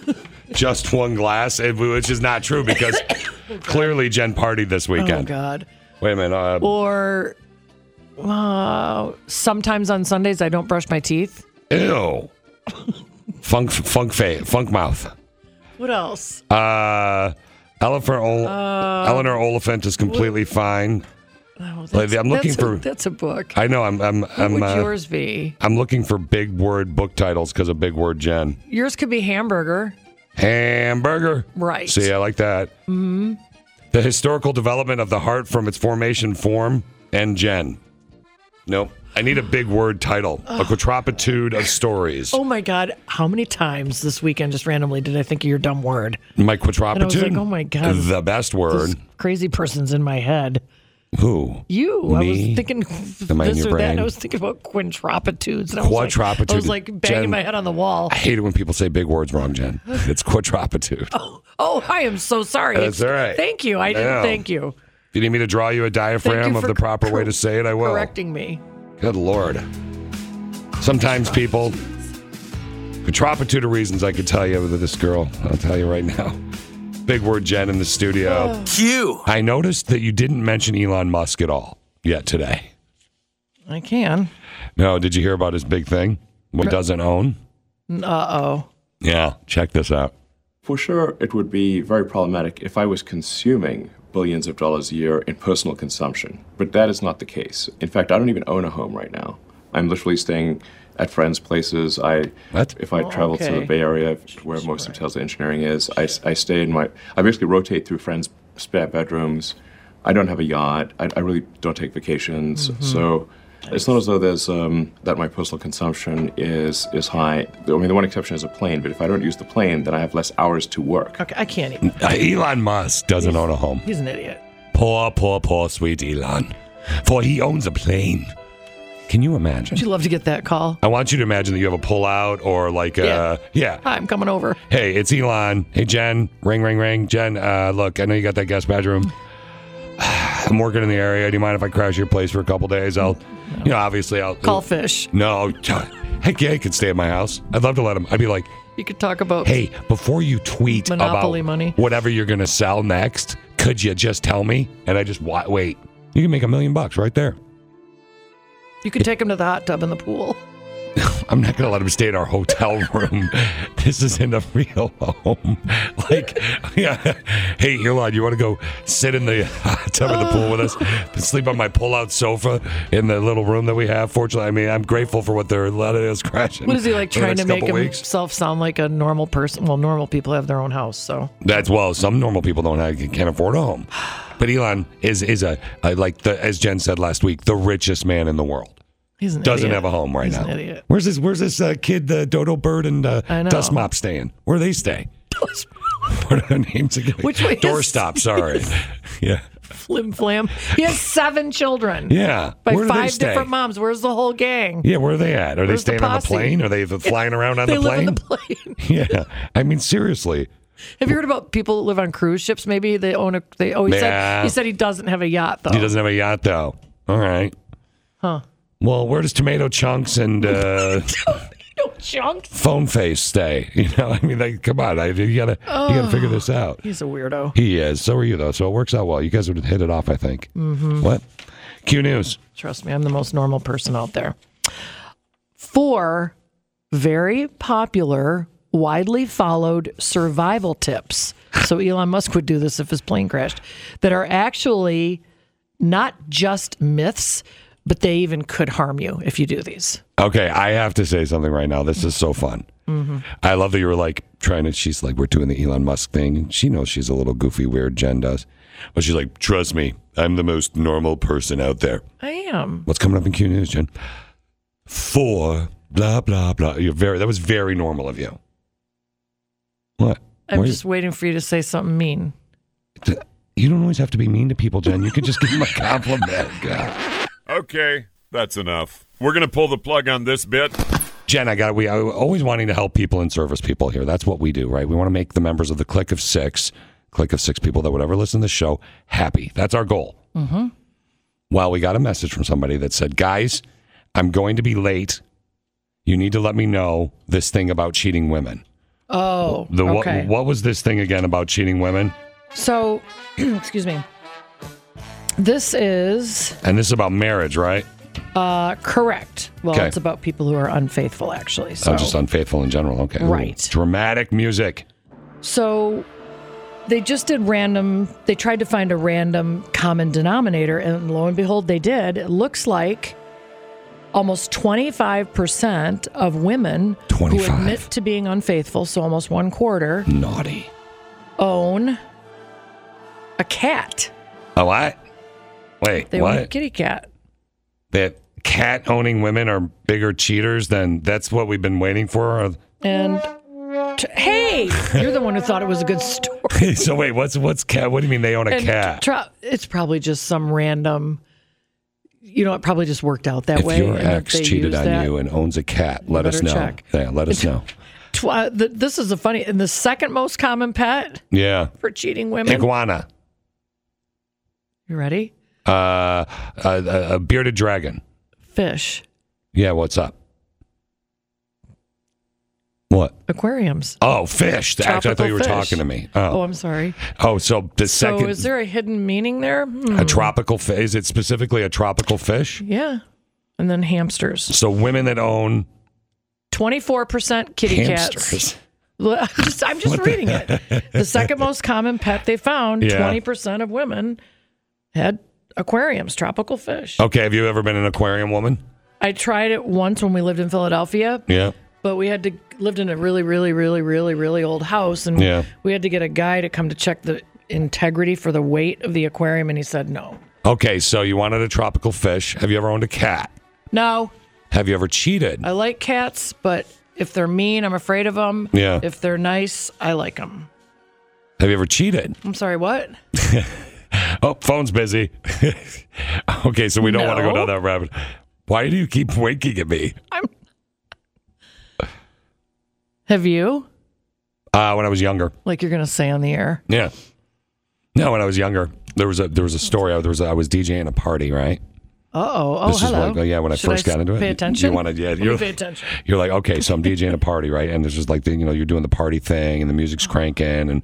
Speaker 4: Just one glass, eh, which is not true because clearly Jen partied this
Speaker 3: Oh
Speaker 4: weekend.
Speaker 3: God.
Speaker 4: Wait a minute. Uh,
Speaker 3: Or. Uh, sometimes on Sundays I don't brush my teeth.
Speaker 4: Ew. funk, funk, fa- funk mouth.
Speaker 3: What else?
Speaker 4: Uh, Elephant Ol- Eleanor Oliphant is completely fine.
Speaker 3: Uh, Oh, that's-
Speaker 4: Like, I'm looking
Speaker 3: that's
Speaker 4: for-
Speaker 3: A, that's a book.
Speaker 4: I know. I'm. I'm.
Speaker 3: What
Speaker 4: I'm.
Speaker 3: would
Speaker 4: uh,
Speaker 3: yours be?
Speaker 4: I'm looking for big word book titles because of big word Jen.
Speaker 3: Yours could be hamburger.
Speaker 4: Hamburger.
Speaker 3: Right.
Speaker 4: See, I like that. Mm-hmm. The historical development of the heart from its formation, form, and Jen. Nope. I need a big word title, a quadrupitude of stories.
Speaker 3: Oh my God, how many times this weekend just randomly did I think of your dumb word?
Speaker 4: My quadrupitude.
Speaker 3: oh my God.
Speaker 4: The best word.
Speaker 3: This crazy person's in my head.
Speaker 4: Who?
Speaker 3: You. I
Speaker 4: Me?
Speaker 3: was thinking
Speaker 4: Am I in
Speaker 3: this
Speaker 4: your
Speaker 3: or that.
Speaker 4: brain?
Speaker 3: I was thinking about quintrapitudes. And I was Like, I
Speaker 4: Quadrupitude.
Speaker 3: was like banging
Speaker 4: Jen-
Speaker 3: my head on the wall.
Speaker 4: I hate it when people say big words wrong, Jen. It's quadrupitude.
Speaker 3: Oh, I am so sorry.
Speaker 4: That's all right.
Speaker 3: Thank you. I didn't
Speaker 4: Yeah.
Speaker 3: thank you.
Speaker 4: If you need me to draw you a
Speaker 3: Thank
Speaker 4: diaphragm
Speaker 3: you
Speaker 4: of
Speaker 3: for
Speaker 4: the proper way
Speaker 3: cor-
Speaker 4: to say it, I will.
Speaker 3: Correcting me.
Speaker 4: Good lord. Sometimes people, a tropitude of reasons I could tell you with this girl. I'll tell you right now. Big word Jen in the studio.
Speaker 1: Q.
Speaker 4: I noticed that you didn't mention Elon Musk at all yet today.
Speaker 3: I can.
Speaker 4: No, did you hear about his big thing? What he doesn't own?
Speaker 3: Uh oh.
Speaker 4: Yeah, check this out.
Speaker 10: For sure, it would be very problematic if I was consuming billions of dollars a year in personal consumption. But that is not the case. In fact, I don't even own a home right now. I'm literally staying at friends' places. I
Speaker 4: What?
Speaker 10: if I
Speaker 3: Oh,
Speaker 10: travel to
Speaker 3: okay.
Speaker 10: the Bay Area, where most of Tesla engineering is, I, I stay in my. I basically rotate through friends' spare bedrooms. I don't have a yacht. I, I really don't take vacations. So. It's not as though there's um, that my personal consumption is is high. I mean, the one exception is a plane, but if I don't use the plane, then I have less hours to work.
Speaker 3: Okay, I can't even.
Speaker 4: Uh, Elon Musk doesn't own a home.
Speaker 3: He's an idiot.
Speaker 4: Poor, poor, poor, sweet Elon. For he owns a plane. Can you imagine?
Speaker 3: Would you love to get that call?
Speaker 4: I want you to imagine that you have a pullout or like
Speaker 3: Yeah.
Speaker 4: a yeah.
Speaker 3: Hi, I'm coming over.
Speaker 4: Hey, it's Elon. Hey, Jen. Ring, ring, ring. Jen, uh, look, I know you got that guest bedroom. I'm working in the area. Do you mind if I crash your place for a couple days? I'll, you know, obviously I'll
Speaker 3: Call Fish.
Speaker 4: No, heck yeah, he could stay at my house. I'd love to let him. I'd be like,
Speaker 3: You could talk about.
Speaker 4: hey, before you tweet
Speaker 3: Monopoly
Speaker 4: about
Speaker 3: money.
Speaker 4: whatever you're gonna sell next, could you just tell me? And I just wa- wait. You can make a million bucks right there.
Speaker 3: You could take him to the hot tub and the pool.
Speaker 4: I'm not gonna let him stay in our hotel room. this isn't a real home. Like, yeah. hey, Elon, you want to go sit in the hot tub in the pool with us? Sleep on my pull-out sofa in the little room that we have. Fortunately, I mean, I'm grateful for what they're letting us crash. in
Speaker 3: What is he like
Speaker 4: for the
Speaker 3: trying to
Speaker 4: next
Speaker 3: make
Speaker 4: couple weeks.
Speaker 3: himself sound like a normal person? Well, normal people have their own house, so
Speaker 4: That's well, some normal people don't have, can't afford a home, but Elon is is a, a like the as Jen said last week, the richest man in the world.
Speaker 3: he's an
Speaker 4: Doesn't
Speaker 3: idiot.
Speaker 4: have a home right
Speaker 3: He's
Speaker 4: now.
Speaker 3: An idiot.
Speaker 4: Where's this? Where's this uh, kid, the dodo bird and uh,
Speaker 3: I know.
Speaker 4: dust mop staying? Where do they stay? what are their names again?
Speaker 3: Which way is-
Speaker 4: Doorstop. Sorry. yeah.
Speaker 3: Flim flam. He has seven children.
Speaker 4: Yeah.
Speaker 3: By
Speaker 4: where do they
Speaker 3: five
Speaker 4: stay?
Speaker 3: different moms. Where's the whole gang?
Speaker 4: Yeah, where are they at? Are
Speaker 3: Where's the
Speaker 4: they staying on the
Speaker 3: posse?
Speaker 4: plane? Are they flying around on
Speaker 3: they
Speaker 4: the
Speaker 3: live
Speaker 4: plane?
Speaker 3: on the plane.
Speaker 4: yeah. I mean, seriously.
Speaker 3: Have you heard about people that live on cruise ships? Maybe they own a. They oh, he
Speaker 4: Nah.
Speaker 3: said he said he doesn't have a yacht though.
Speaker 4: He doesn't have a yacht, though. All right.
Speaker 3: Oh. Huh.
Speaker 4: Well, where does Tomato Chunks and uh,
Speaker 3: No chunks.
Speaker 4: Phone Face stay? You know, I mean, like, come on, I, you gotta, you
Speaker 3: Oh.
Speaker 4: gotta figure this out.
Speaker 3: He's a weirdo.
Speaker 4: He is. So are you, though. So it works out well. You guys would hit it off, I think. Mm-hmm. What? Q News.
Speaker 3: Trust me, I'm the most normal person out there. Four very popular, widely followed survival tips. So Elon Musk would do this if his plane crashed, that are actually not just myths, but they even could harm you if you do these.
Speaker 4: Okay, I have to say something right now. This is so fun. I love that you were like trying to. She's like, we're doing the Elon Musk thing, and she knows she's a little goofy, weird. Jen does, but she's like, trust me, I'm the most normal person out there.
Speaker 3: I am.
Speaker 4: What's coming up in Q News, Jen? Four, blah blah blah. You're very. That was very normal of you. What?
Speaker 3: I'm
Speaker 4: Why-
Speaker 3: just waiting for you to say something mean.
Speaker 4: You don't always have to be mean to people, Jen. You can just give them a compliment. God.
Speaker 11: Okay, that's enough. We're gonna pull the plug on this bit.
Speaker 4: Jen, I got. We I always wanting to help people and service people here. That's what we do, right? We want to make the members of the Click of Six, Click of Six people that would ever listen to the show happy. That's our goal. Mm-hmm. Well, we got a message from somebody that said, "Guys, I'm going to be late. You need to let me know this thing about cheating women.
Speaker 3: Oh,
Speaker 4: The what-
Speaker 3: okay.
Speaker 4: what, was this thing again about cheating women?
Speaker 3: So, excuse me. This is
Speaker 4: And this is about marriage, right?
Speaker 3: uh, correct. Well,
Speaker 4: Okay.
Speaker 3: it's about people who are unfaithful, actually. So,
Speaker 4: So just unfaithful in general. Okay, Ooh,
Speaker 3: Right.
Speaker 4: dramatic music.
Speaker 3: so they just did random. They tried to find a random common denominator, and lo and behold, they did. It looks like almost 25% of women who
Speaker 4: 25.
Speaker 3: admit to being unfaithful, so almost one quarter,
Speaker 4: Naughty.
Speaker 3: own a cat.
Speaker 4: A Oh, what? Wait,
Speaker 3: They
Speaker 4: what?
Speaker 3: own a kitty cat.
Speaker 4: that cat owning women are bigger cheaters than that's what we've been waiting for.
Speaker 3: And t- hey, you're the one who thought it was a good story.
Speaker 4: so wait, what's what's cat? What do you mean they own a
Speaker 3: And
Speaker 4: cat?
Speaker 3: tro- it's probably just some random. You know, it probably just worked out that
Speaker 4: if
Speaker 3: way.
Speaker 4: your
Speaker 3: and that
Speaker 4: ex
Speaker 3: they
Speaker 4: cheated
Speaker 3: used
Speaker 4: on
Speaker 3: that.
Speaker 4: you and owns a cat, let us
Speaker 3: better
Speaker 4: know.
Speaker 3: check.
Speaker 4: Yeah, let us know.
Speaker 3: Tw- uh, th- this is a funny and the second most common pet
Speaker 4: Yeah,
Speaker 3: for cheating women.
Speaker 4: iguana,
Speaker 3: you ready?
Speaker 4: uh, a, a, a bearded dragon.
Speaker 3: Fish,
Speaker 4: Yeah, what's up? What?
Speaker 3: aquariums.
Speaker 4: Oh, fish. The- Actually, I thought
Speaker 3: Tropical
Speaker 4: you were
Speaker 3: fish.
Speaker 4: talking to me.
Speaker 3: Oh,
Speaker 4: Oh,
Speaker 3: I'm sorry.
Speaker 4: oh, so the
Speaker 3: So,
Speaker 4: second
Speaker 3: is there a hidden meaning there? Hmm,
Speaker 4: a tropical fish? Is it specifically a tropical fish?
Speaker 3: yeah. And then hamsters.
Speaker 4: So women that own
Speaker 3: Twenty-four percent kitty cats.
Speaker 4: hamsters.
Speaker 3: I'm just, I'm just reading it. The second most common pet they found,
Speaker 4: Yeah.
Speaker 3: 20% of women had aquariums, tropical fish.
Speaker 4: Okay, have you ever been an aquarium woman?
Speaker 3: I tried it once when we lived in Philadelphia,
Speaker 4: Yeah.
Speaker 3: but we had to lived in a really, really, really, really, really old house, and
Speaker 4: Yeah.
Speaker 3: we had to get a guy to come to check the integrity for the weight of the aquarium, and he said no,
Speaker 4: Okay, so you wanted a tropical fish. Have you ever owned a cat?
Speaker 3: no.
Speaker 4: Have you ever cheated?
Speaker 3: I like cats, but if they're mean, I'm afraid of them.
Speaker 4: Yeah.
Speaker 3: If they're nice, I like them.
Speaker 4: Have you ever cheated?
Speaker 3: I'm sorry, what?
Speaker 4: Oh, phone's busy. okay, so we don't want to go
Speaker 3: No.
Speaker 4: down that rabbit. Why do you keep winking at me?
Speaker 3: Have you?
Speaker 4: Uh, when I was younger.
Speaker 3: Like you're gonna say on the air?
Speaker 4: Yeah. No, when I was younger, there was a there was a story. I- There was a, I was DJing a party, right?
Speaker 3: Uh oh. Oh,
Speaker 4: This is
Speaker 3: hello.
Speaker 4: like, yeah, when I
Speaker 3: Should
Speaker 4: first got into it,
Speaker 3: Pay
Speaker 4: you- you
Speaker 3: attention.
Speaker 4: wanted- yeah,
Speaker 3: Let me
Speaker 4: you're-
Speaker 3: pay attention.
Speaker 4: You're like, okay, so I'm DJing a party, right? And there's just like, the, you know, you're doing the party thing and the music's cranking and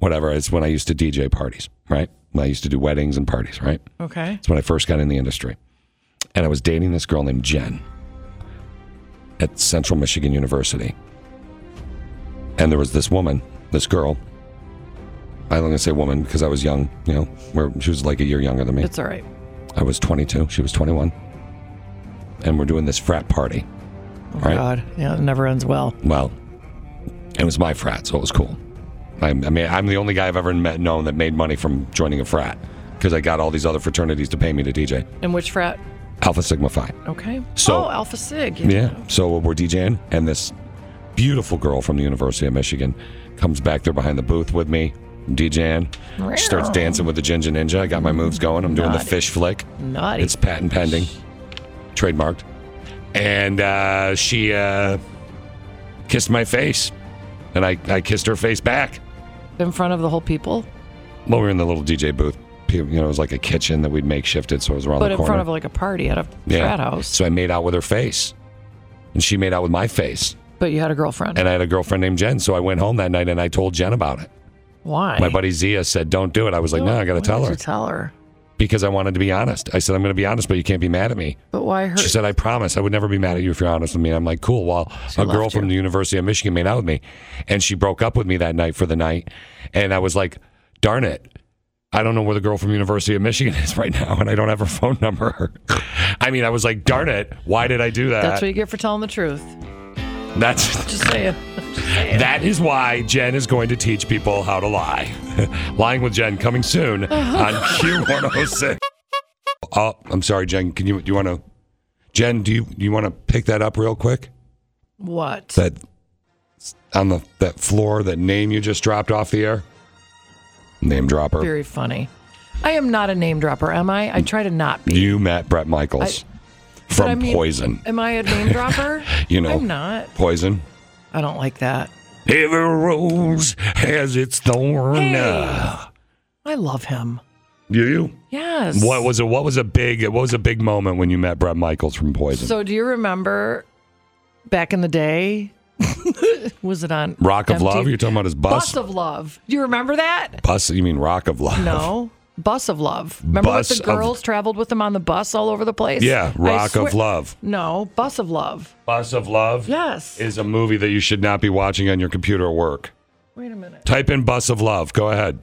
Speaker 4: whatever. It's when I used to DJ parties, right? When I used to do weddings and parties, right?
Speaker 3: Okay.
Speaker 4: It's when I first got in the industry. And I was dating this girl named Jen at Central Michigan University. And there was this woman, this girl. I'm going to say woman because I was young, you know, where she was like a year younger than me.
Speaker 3: It's all right.
Speaker 4: I was 22, she was 21. And we're doing this frat party.
Speaker 3: Oh
Speaker 4: right?
Speaker 3: God. Yeah, it never ends well.
Speaker 4: Well, it was my frat, so it was cool. I, I mean, I'm the only guy I've ever met known that made money from joining a frat because I got all these other fraternities to pay me to DJ.
Speaker 3: And which frat?
Speaker 4: Alpha Sigma Phi.
Speaker 3: Okay.
Speaker 4: So-
Speaker 3: oh, Alpha Sig.
Speaker 4: Yeah. So we're DJing, and this beautiful girl from the University of Michigan comes back there behind the booth with me, DJing. She starts dancing with the Ginger Ninja. I got my moves going. I'm doing the
Speaker 3: Naughty.
Speaker 4: fish flick.
Speaker 3: Naughty.
Speaker 4: It's patent pending, trademarked. And uh, she uh, kissed my face, and I, I kissed her face back.
Speaker 3: In front of the whole people,
Speaker 4: Well, we were in the little DJ booth. You know, it was like a kitchen that we'd makeshifted, so it was around
Speaker 3: but
Speaker 4: the
Speaker 3: in
Speaker 4: corner.
Speaker 3: front of like a party at a frat house.
Speaker 4: So I made out with her face, and she made out with my face.
Speaker 3: But you had a girlfriend.
Speaker 4: And I had a girlfriend named Jen, so I went home that night and I told Jen about it.
Speaker 3: Why?
Speaker 4: My buddy Zia said, "Don't do it." I was like, "No, I got to
Speaker 3: Why
Speaker 4: tell
Speaker 3: did
Speaker 4: her
Speaker 3: You tell her.
Speaker 4: because I wanted to be honest." I said, "I'm going to be honest, but you can't be mad at me."
Speaker 3: But why her?
Speaker 4: She said, "I promise, I would never be mad at you if you're honest with me." I'm like, "Cool." Well, a girl
Speaker 3: left
Speaker 4: from
Speaker 3: you.
Speaker 4: the University of Michigan made out with me, and she broke up with me that night for the night, and I was like, "Darn it." I don't know where the girl from University of Michigan is right now, and I don't have her phone number. I mean, I was like, "Darn it! Why did I do that?"
Speaker 3: That's what you get for telling the truth.
Speaker 4: That's
Speaker 3: Just saying.
Speaker 4: That is why Jen is going to teach people how to lie. Lying with Jen coming soon
Speaker 3: Uh-huh.
Speaker 4: on Q106. Oh, I'm sorry, Jen. Can you do you want to? Jen, do you you want to pick that up real quick?
Speaker 3: What?
Speaker 4: That on the that floor, that name you just dropped off the air. Name dropper.
Speaker 3: Very funny. I am not a name dropper, am I? I try to not be.
Speaker 4: You met Brett Michaels from
Speaker 3: But I mean,
Speaker 4: Poison.
Speaker 3: Am I a name dropper?
Speaker 4: You know,
Speaker 3: I'm not.
Speaker 4: Poison.
Speaker 3: I don't like that.
Speaker 4: Every rose has its thorn.
Speaker 3: Hey. I love him.
Speaker 4: Do you?
Speaker 3: Yes.
Speaker 4: What was a what was a big what was a big moment when you met Brett Michaels from Poison?
Speaker 3: So do you remember back in the day? was it on
Speaker 4: Rock of
Speaker 3: MTV?
Speaker 4: Love? You're talking about his bus?
Speaker 3: Bus of Love. Do you remember that?
Speaker 4: Bus? You mean Rock of Love?
Speaker 3: No. Bus of Love. Remember
Speaker 4: Bus
Speaker 3: what
Speaker 4: of-
Speaker 3: the girls traveled with him on the bus all over the place?
Speaker 4: Yeah,
Speaker 3: I
Speaker 4: Rock of
Speaker 3: swear-
Speaker 4: Love.
Speaker 3: No, Bus of Love.
Speaker 4: Bus of Love
Speaker 3: Yes.
Speaker 4: is a movie that you should not be watching on your computer at work.
Speaker 3: Wait a minute.
Speaker 4: Type in Bus of Love. Go ahead.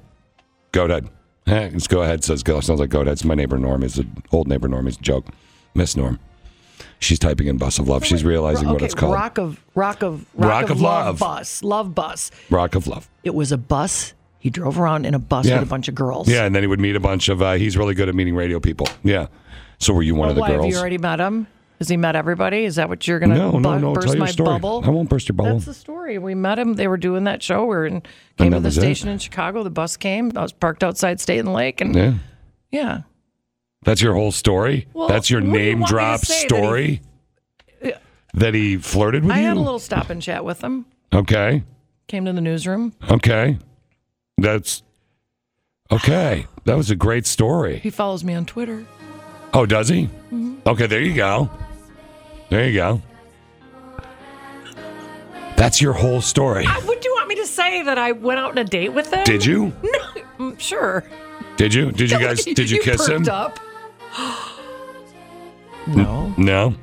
Speaker 4: Go ahead. Eh, It's go ahead says go. Sounds like go ahead. It's my neighbor Norm. Is an old neighbor Norm. Is a joke. Miss Norm. She's typing in Bus of Love. She's realizing
Speaker 3: okay,
Speaker 4: what it's called.
Speaker 3: Rock of Rock of
Speaker 4: Rock of Love.
Speaker 3: Bus. Love Bus.
Speaker 4: Rock of Love.
Speaker 3: It was a bus. He drove around in a bus
Speaker 4: Yeah.
Speaker 3: with a bunch of girls.
Speaker 4: Yeah, and then he would meet a bunch of. Uh, he's really good at meeting radio people. Yeah. So were you one of the
Speaker 3: Why,
Speaker 4: girls?
Speaker 3: Have you already met him? Has he met everybody? Is that what you're going to
Speaker 4: No, no, no.
Speaker 3: burst
Speaker 4: Tell your
Speaker 3: my
Speaker 4: story.
Speaker 3: bubble?
Speaker 4: I won't burst your bubble.
Speaker 3: That's the story. We met him. They were doing that show. We were in, came
Speaker 4: that
Speaker 3: to the
Speaker 4: was it.
Speaker 3: station in Chicago. The bus came. I was parked outside State and Lake. And yeah.
Speaker 4: yeah. That's your whole story.
Speaker 3: Well,
Speaker 4: That's your
Speaker 3: what do you
Speaker 4: name
Speaker 3: want me to
Speaker 4: drop
Speaker 3: say? That he- Uh,
Speaker 4: story. That he flirted with
Speaker 3: I
Speaker 4: you.
Speaker 3: had a little stop and chat with him.
Speaker 4: Okay.
Speaker 3: Came to the newsroom.
Speaker 4: Okay. That's okay. That was a great story.
Speaker 3: He follows me on Twitter.
Speaker 4: Oh, does he?
Speaker 3: Mm-hmm.
Speaker 4: Okay, there you go. There you go. That's your whole story.
Speaker 3: I, Uh, what do you want me to say? That I went out on a date with him?
Speaker 4: Did you?
Speaker 3: Mm, Sure.
Speaker 4: Did you? Did you guys? Did you kiss him?
Speaker 3: perked Up. no.
Speaker 4: No. All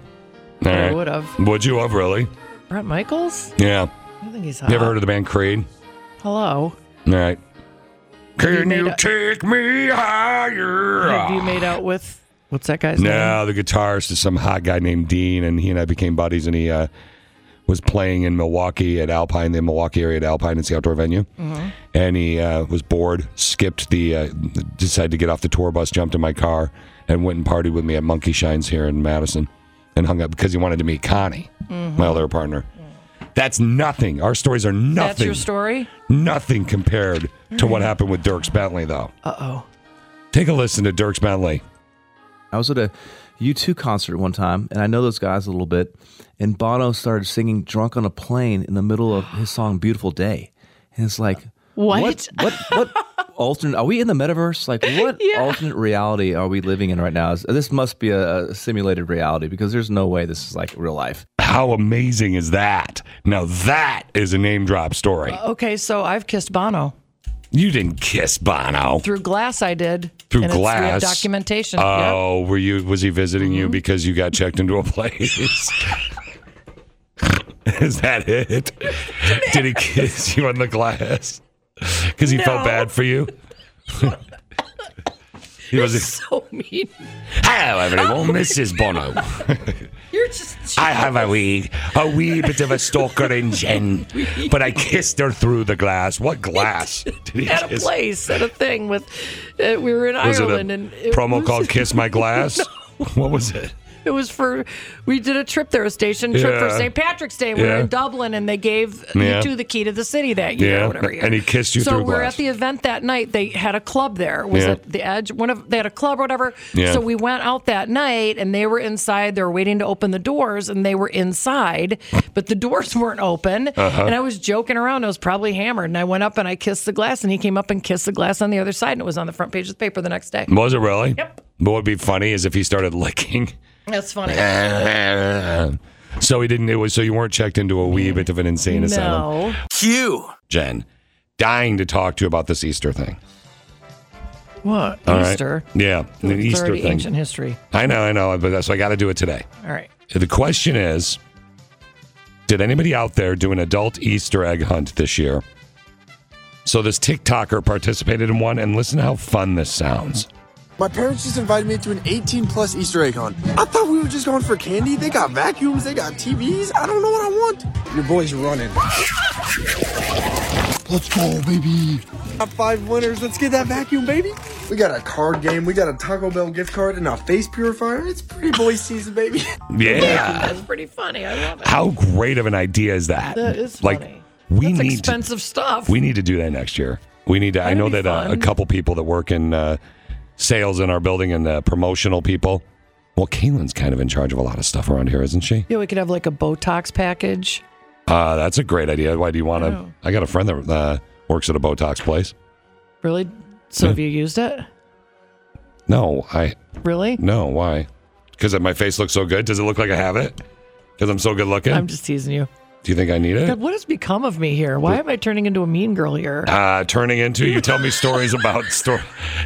Speaker 3: I
Speaker 4: right.
Speaker 3: would have.
Speaker 4: Would you have really?
Speaker 3: Brett Michaels?
Speaker 4: Yeah.
Speaker 3: I think he's hot.
Speaker 4: You ever heard of the band Creed?
Speaker 3: Hello.
Speaker 4: All right. Can
Speaker 3: made
Speaker 4: you
Speaker 3: a-
Speaker 4: take me higher?
Speaker 3: Have you made out with what's that guy's name?
Speaker 4: No, the guitarist is some hot guy named Dean, and he and I became buddies, and he uh, was playing in Milwaukee at Alpine, the Milwaukee area at Alpine. It's the outdoor venue.
Speaker 3: Mm-hmm.
Speaker 4: And he uh, was bored, skipped the, uh, decided to get off the tour bus, jumped in my car, and went and partied with me at Monkey Shines here in Madison, and hung up because he wanted to meet Connie,
Speaker 3: Mm-hmm.
Speaker 4: my other partner. That's nothing. Our stories are nothing.
Speaker 3: That's your story.
Speaker 4: Nothing compared to what happened with Dirks Bentley, though.
Speaker 3: Uh oh.
Speaker 4: Take a listen to Dirks Bentley.
Speaker 12: I was at a U2 concert one time, and I know those guys a little bit. And Bono started singing "Drunk on a Plane" in the middle of his song "Beautiful Day," and it's like,
Speaker 3: What?
Speaker 12: What? What? what alternate? Are we in the metaverse? Like, what alternate reality are we living in right now? Is- This must be a, a simulated reality because there's no way this is like real life.
Speaker 4: How amazing is that? Now that is a name drop story.
Speaker 3: Okay, so I've kissed Bono
Speaker 4: You didn't kiss Bono
Speaker 3: through glass. I did
Speaker 4: through
Speaker 3: and it's- we have
Speaker 4: glass
Speaker 3: documentation. Yep.
Speaker 4: Oh, were you? Was he visiting you because you got checked into a place? is that it? Did he kiss you on the glass? Because he
Speaker 5: No.
Speaker 4: felt bad for you. he was
Speaker 5: so mean.
Speaker 4: Hello, everyone. This is Bono.
Speaker 5: You're just.
Speaker 4: I have a wee, a wee bit of a stalker in Jen, but I kissed her through the glass. What glass? Did he
Speaker 3: At a
Speaker 4: kiss?
Speaker 3: place, at a thing with, uh, we were in
Speaker 4: Was it a
Speaker 3: Ireland, and it
Speaker 4: promo
Speaker 3: was,
Speaker 4: called "Kiss My Glass"? What was it?
Speaker 3: It was for we did a trip there, a station trip for
Speaker 4: Yeah.
Speaker 3: St. Patrick's Day. We were
Speaker 4: Yeah.
Speaker 3: in Dublin, and they gave
Speaker 4: Yeah.
Speaker 3: you two the key to the city that year,
Speaker 4: Yeah,
Speaker 3: or whatever. year.
Speaker 4: and he kissed you
Speaker 3: so
Speaker 4: through
Speaker 3: we're
Speaker 4: glass.
Speaker 3: at the event that night. They had a club there. It Was
Speaker 4: Yeah.
Speaker 3: at the edge? One of they had a club, or whatever.
Speaker 4: Yeah.
Speaker 3: So we went out that night, and they were inside. They were waiting to open the doors, and they were inside, but the doors weren't open.
Speaker 4: Uh-huh.
Speaker 3: And I was joking around. I was probably hammered, and I went up and I kissed the glass, and he came up and kissed the glass on the other side, and it was on the front page of the paper the next day.
Speaker 4: Was it really? Yep. What would be funny is if he started licking.
Speaker 3: That's funny.
Speaker 4: so he didn't. It was so you weren't checked into a wee bit of an insane asylum.
Speaker 3: No.
Speaker 4: Q. Jen, dying to talk to you about this Easter thing.
Speaker 3: What?
Speaker 4: All right?
Speaker 3: Easter.
Speaker 4: Yeah, an
Speaker 3: It's
Speaker 4: Easter
Speaker 3: already
Speaker 4: thing.
Speaker 3: ancient history.
Speaker 4: I know, I know, but that's so I got to do it today.
Speaker 3: All right.
Speaker 4: The question is Did anybody out there do an adult Easter egg hunt this year? So this TikToker participated in one, and listen to how fun this sounds.
Speaker 13: My parents just invited me to an 18 plus Easter egg hunt. I thought we were just going for candy. They got vacuums, they got TVs. I don't know what I want. Your boy's running. Let's go, baby. Top five winners. Let's get that vacuum, baby. We got a card game, we got a Taco Bell gift card, and a face purifier. It's pretty boy season, baby.
Speaker 4: Yeah.
Speaker 3: That's pretty funny. I love it.
Speaker 4: How great of an idea is that?
Speaker 3: That is
Speaker 4: like
Speaker 3: funny.
Speaker 4: we
Speaker 3: That's
Speaker 4: need to-
Speaker 3: expensive stuff.
Speaker 4: we need to do that next year. We need to. I know that uh, a
Speaker 3: fun.
Speaker 4: couple people that work in uh, sales in our building and uh, promotional people. Well, Kaylin's kind of in charge of a lot of stuff around here, isn't she?
Speaker 3: yeah, we could have like a Botox package.
Speaker 4: Uh, that's a great idea. Why do you want to?
Speaker 3: know.
Speaker 4: I got a friend that uh, works at a Botox place.
Speaker 3: Really? So have you used it?
Speaker 4: No, I
Speaker 3: Really?
Speaker 4: no. Why? Because my face looks so good. Does it look like I have it? Because I'm so good looking.
Speaker 3: I'm just teasing you.
Speaker 4: do you think I need it?
Speaker 3: God, what has become of me here? Why am I turning into a mean girl here?
Speaker 4: uh, turning into you tell me stories about sto-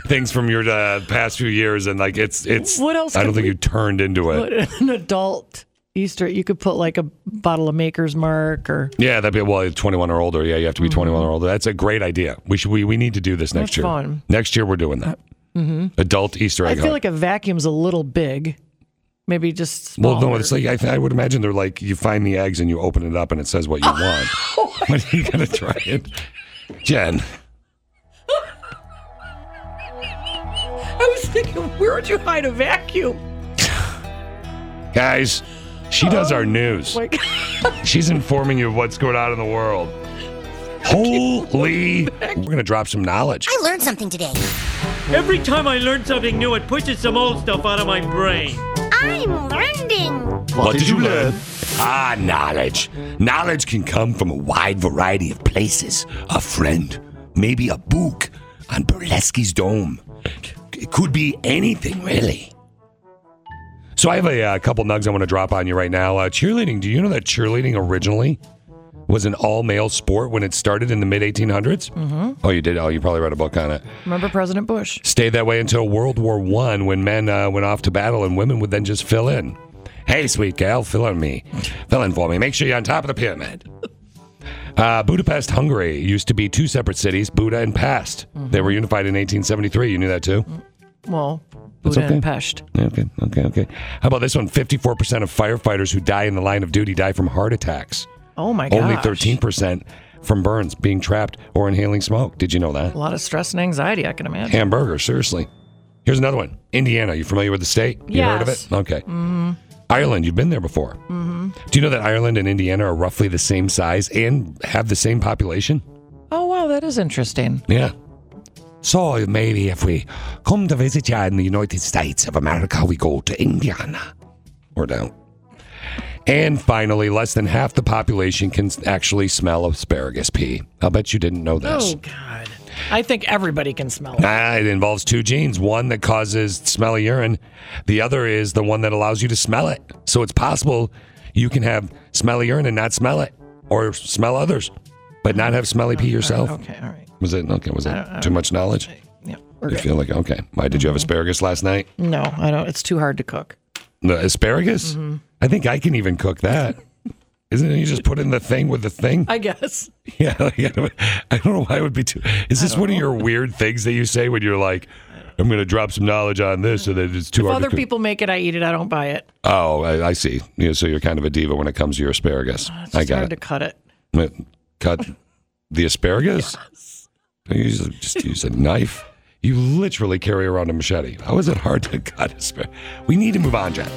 Speaker 4: things from your uh, past few years and like it's it's
Speaker 3: What else
Speaker 4: i don't
Speaker 3: could
Speaker 4: think
Speaker 3: we-
Speaker 4: you turned into it
Speaker 3: What, an adult Easter. You could put like a bottle of Maker's Mark or
Speaker 4: yeah that'd be well 21 or older yeah you have to be 21 or older that's a great idea we should we, we need to do this next
Speaker 3: Mm-hmm. That's
Speaker 4: year
Speaker 3: fun.
Speaker 4: next year we're doing that
Speaker 3: hmm
Speaker 4: adult easter
Speaker 3: I
Speaker 4: egg
Speaker 3: feel
Speaker 4: hunt
Speaker 3: like a vacuum's a little big. Maybe just
Speaker 4: well no
Speaker 3: smaller.
Speaker 4: it's like I, th- I would imagine they're like you find the eggs and you open it up and it says what you want what are you gonna try it jen
Speaker 5: I was thinking, where would you hide a vacuum?
Speaker 4: guys she does our news
Speaker 5: Like,
Speaker 4: She's informing you of what's going on in the world. Holy! We're gonna drop some knowledge.
Speaker 14: I learned something today.
Speaker 15: Every time I learn something new, it pushes some old stuff out of my brain.
Speaker 14: I'm learning.
Speaker 4: What, did you learn? Ah, knowledge. Knowledge can come from a wide variety of places. A friend, maybe a book on Burlesky's dome. It could be anything, really. So I have a, uh couple nugs I want to drop on you right now. Uh, cheerleading. Do you know that cheerleading originally was an all-male sport when it started in the mid 1800s?
Speaker 3: Mhm.
Speaker 4: Oh, you did. Oh, you probably read a book on it.
Speaker 3: Remember President Bush?
Speaker 4: Stayed that way until World War One, when men uh, went off to battle and women would then just fill in. Hey, sweet gal, fill in me, fill in for me. Make sure you're on top of the pyramid. Uh, Budapest, Hungary used to be two separate cities, Buda and Pest. They were unified in 1873. You knew that too?
Speaker 3: Well,
Speaker 4: That's
Speaker 3: Buda
Speaker 4: okay.
Speaker 3: and Pest.
Speaker 4: Yeah, Okay, okay, okay. How about this one? 54% of firefighters who die in the line of duty die from heart attacks.
Speaker 3: Oh my
Speaker 4: Only
Speaker 3: gosh.
Speaker 4: 13% from burns, being trapped, or inhaling smoke. Did you know that?
Speaker 3: A lot of stress and anxiety, I can imagine.
Speaker 4: Hamburger, seriously. Here's another one. Indiana. You familiar with the state? You heard of it?
Speaker 3: Yes.
Speaker 4: Okay.
Speaker 3: Mhm.
Speaker 4: Ireland. You've been there before.
Speaker 3: Mhm.
Speaker 4: Do you know that Ireland and Indiana are roughly the same size and have the same population?
Speaker 3: Oh wow, that is interesting.
Speaker 4: Yeah. So maybe if we come to visit you in the United States of America, we go to Indiana or don't. And finally, less than half the population can actually smell asparagus pee. I'll bet you didn't know this.
Speaker 3: Oh god. I think everybody can smell it.
Speaker 4: Ah, it involves two genes. One that causes smell of urine. The other is the one that allows you to smell it. So it's possible you can have smelly urine and not smell it, or smell others, but not have smelly pee yourself.
Speaker 3: Okay, all right.
Speaker 4: Was it okay? Was
Speaker 3: I
Speaker 4: it too much knowledge?
Speaker 3: Yeah.
Speaker 4: You feel like okay? Why did you have asparagus last night?
Speaker 3: No, I don't. It's too hard to cook.
Speaker 4: The asparagus?
Speaker 3: Mhm.
Speaker 4: I think I can even cook that. Isn't it? You just put in the thing with the thing.
Speaker 3: I guess.
Speaker 4: Yeah, like, I don't- I don't know why it would be too. Is this one of your weird things that you say when you're like, "I'm going to drop some knowledge on this," so that it's too
Speaker 3: If
Speaker 4: hard
Speaker 3: other
Speaker 4: to cook?
Speaker 3: people make it, I eat it. I don't buy it.
Speaker 4: Oh, I, I see. Yeah, so you're kind of a diva when it comes to your asparagus.
Speaker 3: Oh, It's
Speaker 4: I
Speaker 3: just
Speaker 4: got
Speaker 3: hard
Speaker 4: it.
Speaker 3: to cut it.
Speaker 4: Wait, Cut the asparagus. You just, just use a knife. You literally carry around a machete. How is it hard to cut asparagus? We need to move on, Jen.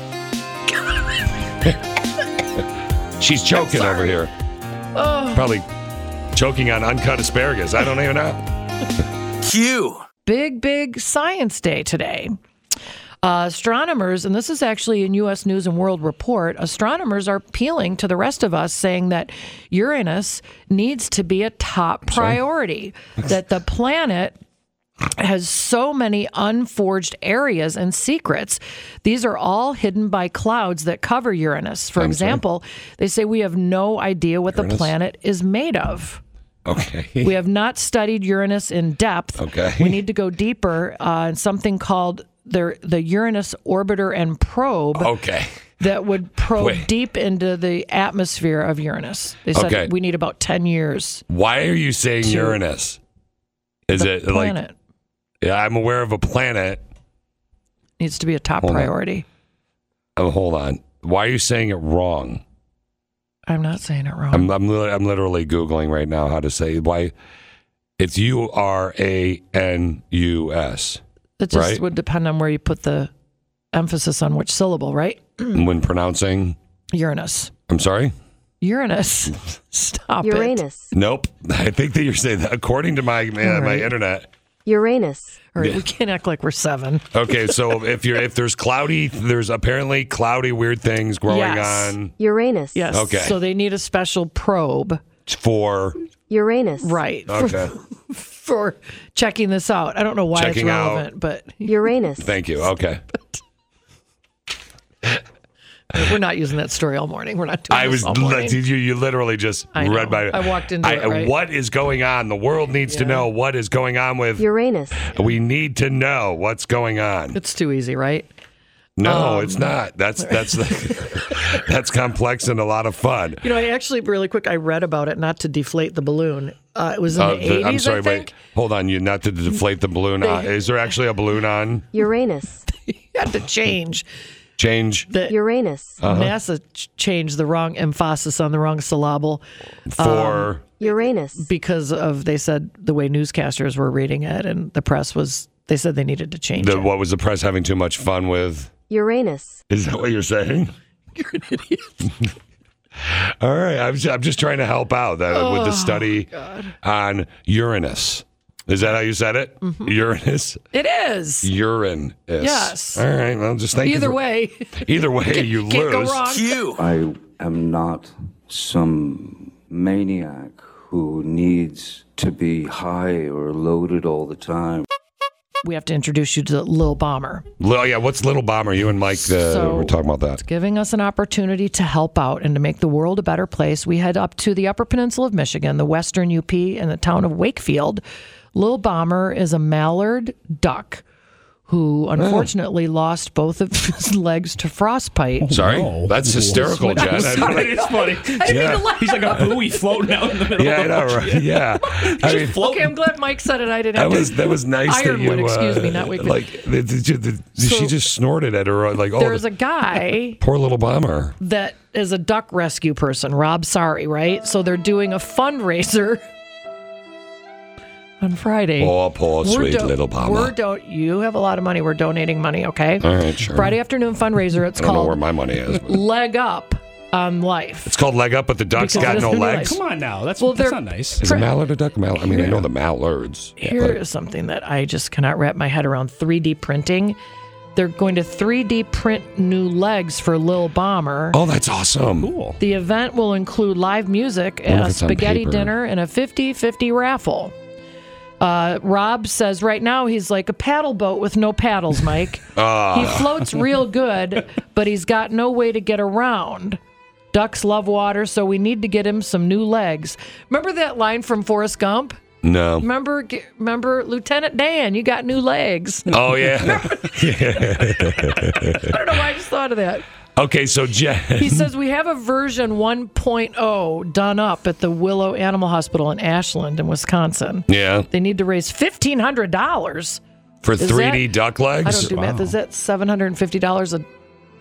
Speaker 4: She's choking over here.
Speaker 3: Oh.
Speaker 4: Probably choking on uncut asparagus. I don't even know. Q.
Speaker 3: Big, big science day today. Uh, astronomers, and this is actually in U.S. News and World Report, astronomers are appealing to the rest of us, saying that Uranus needs to be a top priority. That the planet has so many unforged areas and secrets. These are all hidden by clouds that cover Uranus. For
Speaker 4: I'm sorry?
Speaker 3: example, they say we have no idea what the
Speaker 4: Uranus?
Speaker 3: planet is made of.
Speaker 4: Okay.
Speaker 3: We have not studied Uranus in depth.
Speaker 4: Okay.
Speaker 3: We need to go deeper on something called the the Uranus orbiter and probe.
Speaker 4: Okay.
Speaker 3: That would probe
Speaker 4: Wait.
Speaker 3: deep into the atmosphere of Uranus. They said
Speaker 4: Okay.
Speaker 3: we need about ten years.
Speaker 4: Why are you saying
Speaker 3: To
Speaker 4: Uranus? Is it like?
Speaker 3: Planet
Speaker 4: Yeah, I'm aware of a planet.
Speaker 3: needs to be a top
Speaker 4: Hold on.
Speaker 3: priority.
Speaker 4: Oh, hold on. Why are you saying it wrong?
Speaker 3: I'm not saying it wrong.
Speaker 4: I'm I'm, li- I'm literally googling right now how to say why. It's U R A N U S.
Speaker 3: It just
Speaker 4: right?
Speaker 3: would depend on where you put the emphasis on which syllable, right?
Speaker 4: when pronouncing.
Speaker 3: Uranus.
Speaker 4: I'm sorry.
Speaker 3: Uranus. Stop Uranus.
Speaker 4: Nope. I think that you're saying that according to my uh, my
Speaker 3: Alright.
Speaker 4: internet.
Speaker 3: Uranus. All right,
Speaker 4: Yeah.
Speaker 3: we can't act like we're seven.
Speaker 4: Okay, so if you're if there's cloudy, there's apparently cloudy weird things growing
Speaker 3: Yes.
Speaker 4: on
Speaker 3: Uranus. Yes.
Speaker 4: Okay.
Speaker 3: So they need a special probe.
Speaker 4: for
Speaker 3: Uranus. Right. for-
Speaker 4: okay.
Speaker 3: For, checking this out. I don't know why
Speaker 4: Checking
Speaker 3: it's
Speaker 4: out-
Speaker 3: relevant, but Uranus.
Speaker 4: Thank you. Okay.
Speaker 3: We're not using that story all morning. We're not doing
Speaker 4: I
Speaker 3: this
Speaker 4: was
Speaker 3: all morning.
Speaker 4: like, you. You literally just
Speaker 3: I know.
Speaker 4: read my.
Speaker 3: I walked into it, right?
Speaker 4: What is going on? The world needs to know what is going on with Uranus. We need to know what's going on.
Speaker 3: It's too easy, right?
Speaker 4: No,
Speaker 3: Um,
Speaker 4: it's not. That's that's that's complex and a lot of fun.
Speaker 3: You know, I actually really quick. I read about it, not to deflate the balloon. Uh, it was in the
Speaker 4: Uh, the-
Speaker 3: eighties.
Speaker 4: I'm sorry,
Speaker 3: I think.
Speaker 4: wait. Hold on, you not to deflate the balloon.
Speaker 3: They-
Speaker 4: Uh, is there actually a balloon on?
Speaker 3: Uranus. you had to change
Speaker 4: Change
Speaker 3: the Uranus.
Speaker 4: Uh-huh.
Speaker 3: NASA ch- changed the wrong emphasis on the wrong syllable
Speaker 4: For-
Speaker 3: Um, Uranus because of they said the way newscasters were reading it and the press was they said they needed to change
Speaker 4: the
Speaker 3: it.
Speaker 4: what was the press having too much fun with?
Speaker 3: Uranus.
Speaker 4: Is that what you're saying? You're an idiot. All right, I'm just, I'm just trying to help out that, with
Speaker 3: Oh,
Speaker 4: the study on Uranus. Is that how you said it?
Speaker 3: Mm-hmm.
Speaker 4: Uranus.
Speaker 3: It is.
Speaker 4: Urine.
Speaker 3: Yes.
Speaker 4: All right. Well, just thank you
Speaker 3: Either
Speaker 4: for-
Speaker 3: way.
Speaker 4: Either way, you
Speaker 3: can't go
Speaker 4: lose.
Speaker 3: wrong.
Speaker 16: I am not some maniac who needs to be high or loaded all the time.
Speaker 3: We have to introduce you to Lil Bomber.
Speaker 4: Lil, oh, yeah. What's Little Bomber? You and Mike uh,
Speaker 3: So-
Speaker 4: were talking about that.
Speaker 3: giving us an opportunity to help out and to make the world a better place. We head up to the Upper Peninsula of Michigan, the Western UP, and the town of Wakefield. Lil Bomber is a mallard duck
Speaker 4: Oh.
Speaker 3: who unfortunately lost both of his legs to frostbite.
Speaker 4: Sorry, that's hysterical,
Speaker 3: Wait, I'm
Speaker 4: Jen.
Speaker 3: sorry.
Speaker 17: It's funny.
Speaker 4: Yeah.
Speaker 17: He's like a buoy floating out in the middle
Speaker 4: Yeah, I
Speaker 17: of the
Speaker 4: know,
Speaker 17: ocean.
Speaker 4: right? Yeah, I mean,
Speaker 3: Okay, I'm glad Mike said it. I didn't.
Speaker 4: that
Speaker 3: have to-
Speaker 4: was that was nice that you.
Speaker 3: Ironwood, excuse me,
Speaker 4: uh,
Speaker 3: not Wakefield.
Speaker 4: Like the, the, the, she just snorted at her uh, like, oh,
Speaker 3: There's
Speaker 4: the
Speaker 3: a guy
Speaker 4: poor little bomber.
Speaker 3: that is a duck rescue person, Rob Sari, right? So they're doing a fundraiser on Friday.
Speaker 4: Poor, poor,
Speaker 3: We're
Speaker 4: Oh, sweet
Speaker 3: do-
Speaker 4: little bomber.
Speaker 3: We're don't. You have a lot of money. We're donating money. Okay.
Speaker 4: All right, sure.
Speaker 3: Friday afternoon fundraiser. It's
Speaker 4: I don't know where
Speaker 3: called
Speaker 4: my money is.
Speaker 3: Leg Up on Life.
Speaker 4: It's called leg up, but the duck's
Speaker 3: Because
Speaker 4: got
Speaker 3: it's
Speaker 4: no
Speaker 3: gonna be
Speaker 4: legs.
Speaker 3: like-
Speaker 17: Come on now. That's,
Speaker 3: Well,
Speaker 17: that's
Speaker 3: they're-
Speaker 17: not nice.
Speaker 4: Is a mallard a duck? Mallard. I mean, I know the mallards.
Speaker 3: Here is something that I just cannot wrap my head around 3D printing. They're going to 3D print new legs for Lil Bomber.
Speaker 4: Oh, that's awesome. Cool.
Speaker 3: The event will include live music,
Speaker 4: Wonder if
Speaker 3: a
Speaker 4: it's on
Speaker 3: spaghetti
Speaker 4: paper.
Speaker 3: dinner, and a 50 50 raffle. Uh, Rob says right now he's like a paddle boat with no paddles, Mike.
Speaker 4: Ah.
Speaker 3: he floats real good, but he's got no way to get around. Ducks love water, so we need to get him some new legs. Remember that line from Forrest Gump?
Speaker 4: No.
Speaker 3: Remember, g- remember, Lieutenant Dan, you got new legs.
Speaker 4: Oh yeah.
Speaker 3: I don't know why I just thought of that.
Speaker 4: okay, so Jen.
Speaker 3: He says we have a version 1.0 done up at the Willow Animal Hospital in Ashland, in Wisconsin.
Speaker 4: Yeah.
Speaker 3: They need to raise fifteen hundred dollars
Speaker 4: For 3D duck legs?
Speaker 3: I don't do math. Is that seven hundred and fifty dollars a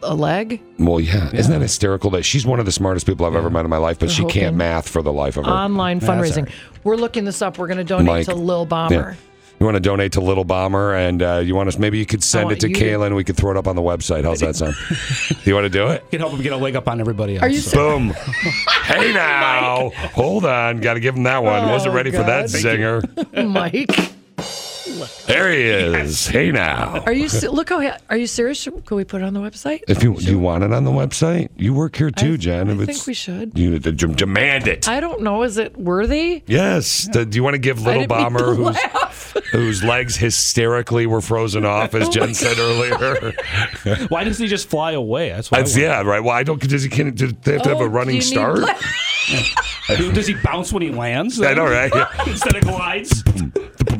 Speaker 3: a leg?
Speaker 4: Well, yeah. Isn't that hysterical that she's one of the smartest people I've ever met in my life, but
Speaker 3: They're
Speaker 4: she can't
Speaker 3: hoping.
Speaker 4: math for the life of her.
Speaker 3: Online
Speaker 4: That's all
Speaker 3: fundraising.
Speaker 4: right.
Speaker 3: We're looking this up. We're going to donate
Speaker 4: Mike.
Speaker 3: to Lil Bomber.
Speaker 4: Yeah. You want to donate to Little Bomber, and uh, you want us? Maybe you could send
Speaker 3: want
Speaker 4: it to
Speaker 3: Oh, you to-
Speaker 4: Kaylin. We could throw it up on the website. How's that sound? you want to do it?
Speaker 17: Can help him get a leg up on everybody else.
Speaker 3: Are you
Speaker 4: Boom! hey now, hold on. Got to give him that one. Wasn't
Speaker 3: Oh,
Speaker 4: ready for that
Speaker 3: God. Thank
Speaker 4: zinger.
Speaker 3: Mike,
Speaker 4: There he is. Hey now.
Speaker 3: are you se- look? How he- are you serious? Can we put it on the website?
Speaker 4: If you you want it on the website, you work here too, Jen.
Speaker 3: I
Speaker 4: If
Speaker 3: think
Speaker 4: it's-
Speaker 3: we should.
Speaker 4: You d- d- demand it.
Speaker 3: I don't know. Is it worthy?
Speaker 4: Yes. D- Do you want to give
Speaker 3: I
Speaker 4: Little
Speaker 3: didn't mean to
Speaker 4: Bomber, whose, whose legs hysterically were frozen off, as Jen said earlier?
Speaker 17: Oh Why doesn't he just fly away? That's what I
Speaker 4: That's, yeah, right. Well, I don't. Does he can, do they have to have
Speaker 17: Oh,
Speaker 4: a
Speaker 17: do
Speaker 4: running
Speaker 17: you need
Speaker 4: start?
Speaker 17: le- want. Does he bounce when he lands?
Speaker 4: I know, right?
Speaker 17: Instead of glides.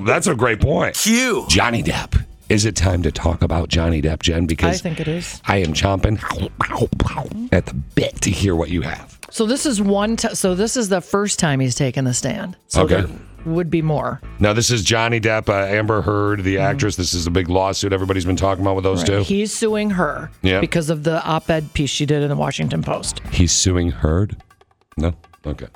Speaker 4: That's a great point. Q. Johnny Depp. Is it time to talk about Johnny Depp, Jen? Because
Speaker 3: I think it is.
Speaker 4: I am chomping at the bit to hear what you have.
Speaker 3: So this is one. T- so this is the first time he's taken the stand. So
Speaker 4: Okay.
Speaker 3: there would be more.
Speaker 4: Now, this is Johnny Depp, uh, Amber Heard, the
Speaker 17: Mm-hmm.
Speaker 4: actress. This is a big lawsuit everybody's been talking about with those two.
Speaker 3: He's suing her
Speaker 4: Yeah.
Speaker 3: because of the op-ed piece she did in the Washington Post.
Speaker 4: He's suing Heard? No? Okay.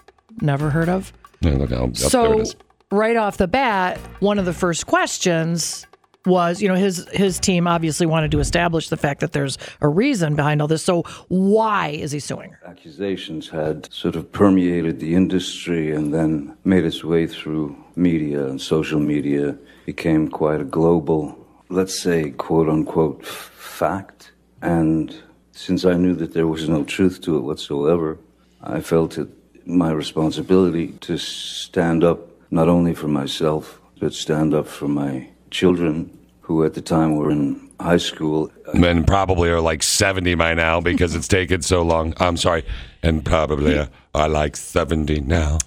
Speaker 3: Never heard of.
Speaker 4: No, look, I'll, I'll- there it
Speaker 3: so
Speaker 4: is.
Speaker 3: right off the bat, one of the first questions was, you know, his his team obviously wanted to establish the fact that there's a reason behind all this. So why is he suing her?
Speaker 16: Accusations had sort of permeated the industry and then made its way through media and social media, became quite a global, let's say, quote unquote, f- fact. And since I knew that there was no truth to it whatsoever, I felt it my responsibility to stand up not only for myself, but stand up for my children who at the time were in high school
Speaker 3: uh,
Speaker 4: Men probably are like 70 by now because it's taken so long. I'm sorry. And probably uh, are like 70 now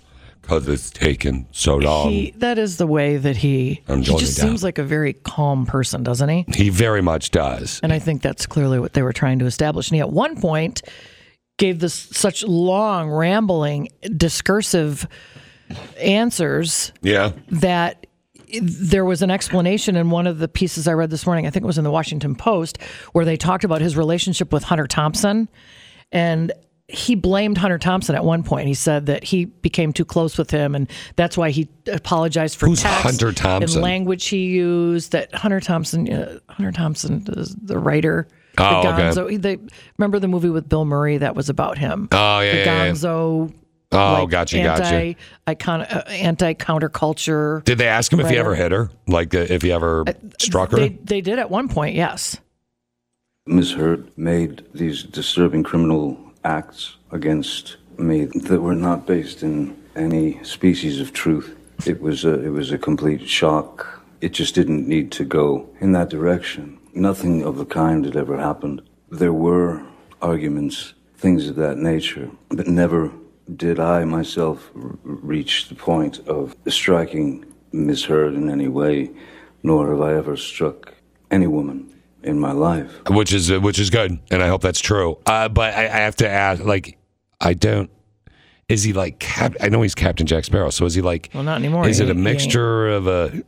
Speaker 4: because it's taken so long.
Speaker 3: he that is the way that he
Speaker 4: Um, I'm
Speaker 3: he
Speaker 4: Johnny
Speaker 3: just
Speaker 4: Depp.
Speaker 3: seems like a very calm person, doesn't he?
Speaker 4: He very much does.
Speaker 3: And I think that's clearly what they were trying to establish. And he at one point gave this such long, rambling, discursive answers
Speaker 4: Yeah.
Speaker 3: that there was an explanation in one of the pieces I read this morning. I think it was in the Washington Post where they talked about his relationship with Hunter Thompson. And he blamed Hunter Thompson at one point. He said that he became too close with him, and that's why he apologized for
Speaker 4: Who's
Speaker 3: text
Speaker 4: Hunter Thompson?
Speaker 3: and language he used. That Hunter Thompson, uh, Hunter Thompson, is the writer.
Speaker 4: Oh,
Speaker 3: the
Speaker 4: okay.
Speaker 3: Gonzo. He- They remember the movie with Bill Murray that was about him.
Speaker 4: Oh, yeah,
Speaker 3: the
Speaker 4: yeah, yeah.
Speaker 3: Gonzo.
Speaker 4: Oh,
Speaker 3: like,
Speaker 4: gotcha,
Speaker 3: anti,
Speaker 4: gotcha.
Speaker 3: Icon, uh, anti counterculture.
Speaker 4: Did they ask him if he ever
Speaker 3: writer.
Speaker 4: hit her? Like uh, if he ever struck her?
Speaker 3: They they did at one point, yes.
Speaker 16: Ms. Hurt made these disturbing criminal acts against me that were not based in any species of truth. It was a, it was a complete shock. It just didn't need to go in that direction. Nothing of the kind had ever happened. There were arguments, things of that nature, but never did I myself r- reach the point of striking Ms. Hurd in any way, nor have I ever struck any woman in my life.
Speaker 4: which is which is good, and I hope that's true. Uh, but I, I have to ask, like, I don't. Is he like cap? I know he's Captain Jack Sparrow. So is he like?
Speaker 3: Well, not anymore.
Speaker 4: Is it
Speaker 3: He-
Speaker 4: a
Speaker 3: he ain't.
Speaker 4: mixture of a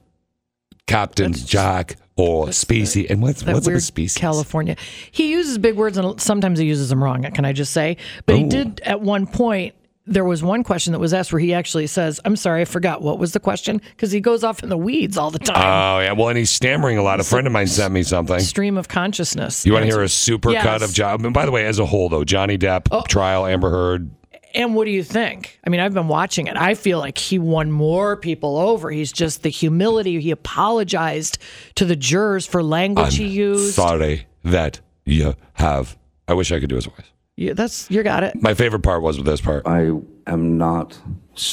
Speaker 4: Captain Jack or species? And what's
Speaker 3: That
Speaker 4: what's up
Speaker 3: weird
Speaker 4: with species?
Speaker 3: California. He uses big words and sometimes he uses them wrong. Can I just say? But he did at one point. There was one question that was asked where he actually says, "I'm sorry, I forgot what was the question," because he goes off in the weeds all the
Speaker 4: Oh
Speaker 3: time.
Speaker 4: yeah, well, and he's stammering a lot. A friend of mine sent me something.
Speaker 3: Stream of consciousness.
Speaker 4: You want to hear a super cut
Speaker 3: Yes. Oh.
Speaker 4: of John? And by the way, as a whole though, Johnny Depp trial, Amber Heard.
Speaker 3: And what do you think? I mean, I've been watching it. I feel like he won more people over. He's just the humility. He apologized to the jurors for language he used.
Speaker 4: Sorry that you have. I wish I could do his voice.
Speaker 3: Yeah, that's you got it.
Speaker 4: My favorite part was this part.
Speaker 16: I am not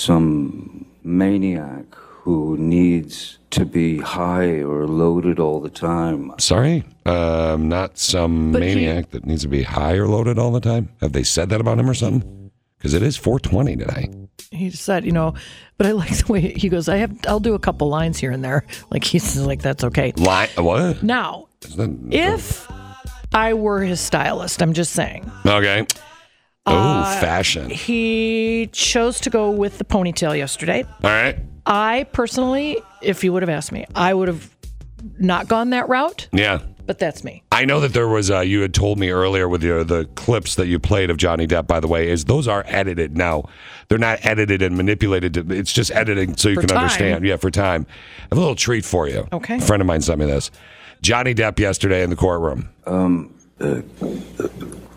Speaker 16: some maniac who needs to be high or loaded all the time.
Speaker 4: Sorry, uh, I'm not some
Speaker 16: But he-
Speaker 4: maniac that needs to be high or loaded all the time. Have they said that about him or something? Because it is 420 today.
Speaker 3: He said, you know, but I like the way he goes. I have. I'll do a couple lines here and there. Like he's like, that's okay.
Speaker 4: Lie? What?
Speaker 3: Now,
Speaker 4: Is that-
Speaker 3: if I were his stylist, I'm just saying.
Speaker 4: Okay. Oh,
Speaker 3: Uh,
Speaker 4: fashion.
Speaker 3: He chose to go with the ponytail yesterday.
Speaker 4: All right.
Speaker 3: I personally, if you would have asked me, I would have not gone that route.
Speaker 4: Yeah.
Speaker 3: But that's me.
Speaker 4: I know that there was. Uh, you had told me earlier with your, the clips that you played of Johnny Depp. By the way, is those are edited now? They're not edited and manipulated. to- It's just editing so you
Speaker 3: For
Speaker 4: can
Speaker 3: time.
Speaker 4: understand. Yeah, for time. I have a little treat for you.
Speaker 3: Okay.
Speaker 4: A friend of mine sent me this. Johnny Depp yesterday in the courtroom.
Speaker 16: Um, uh,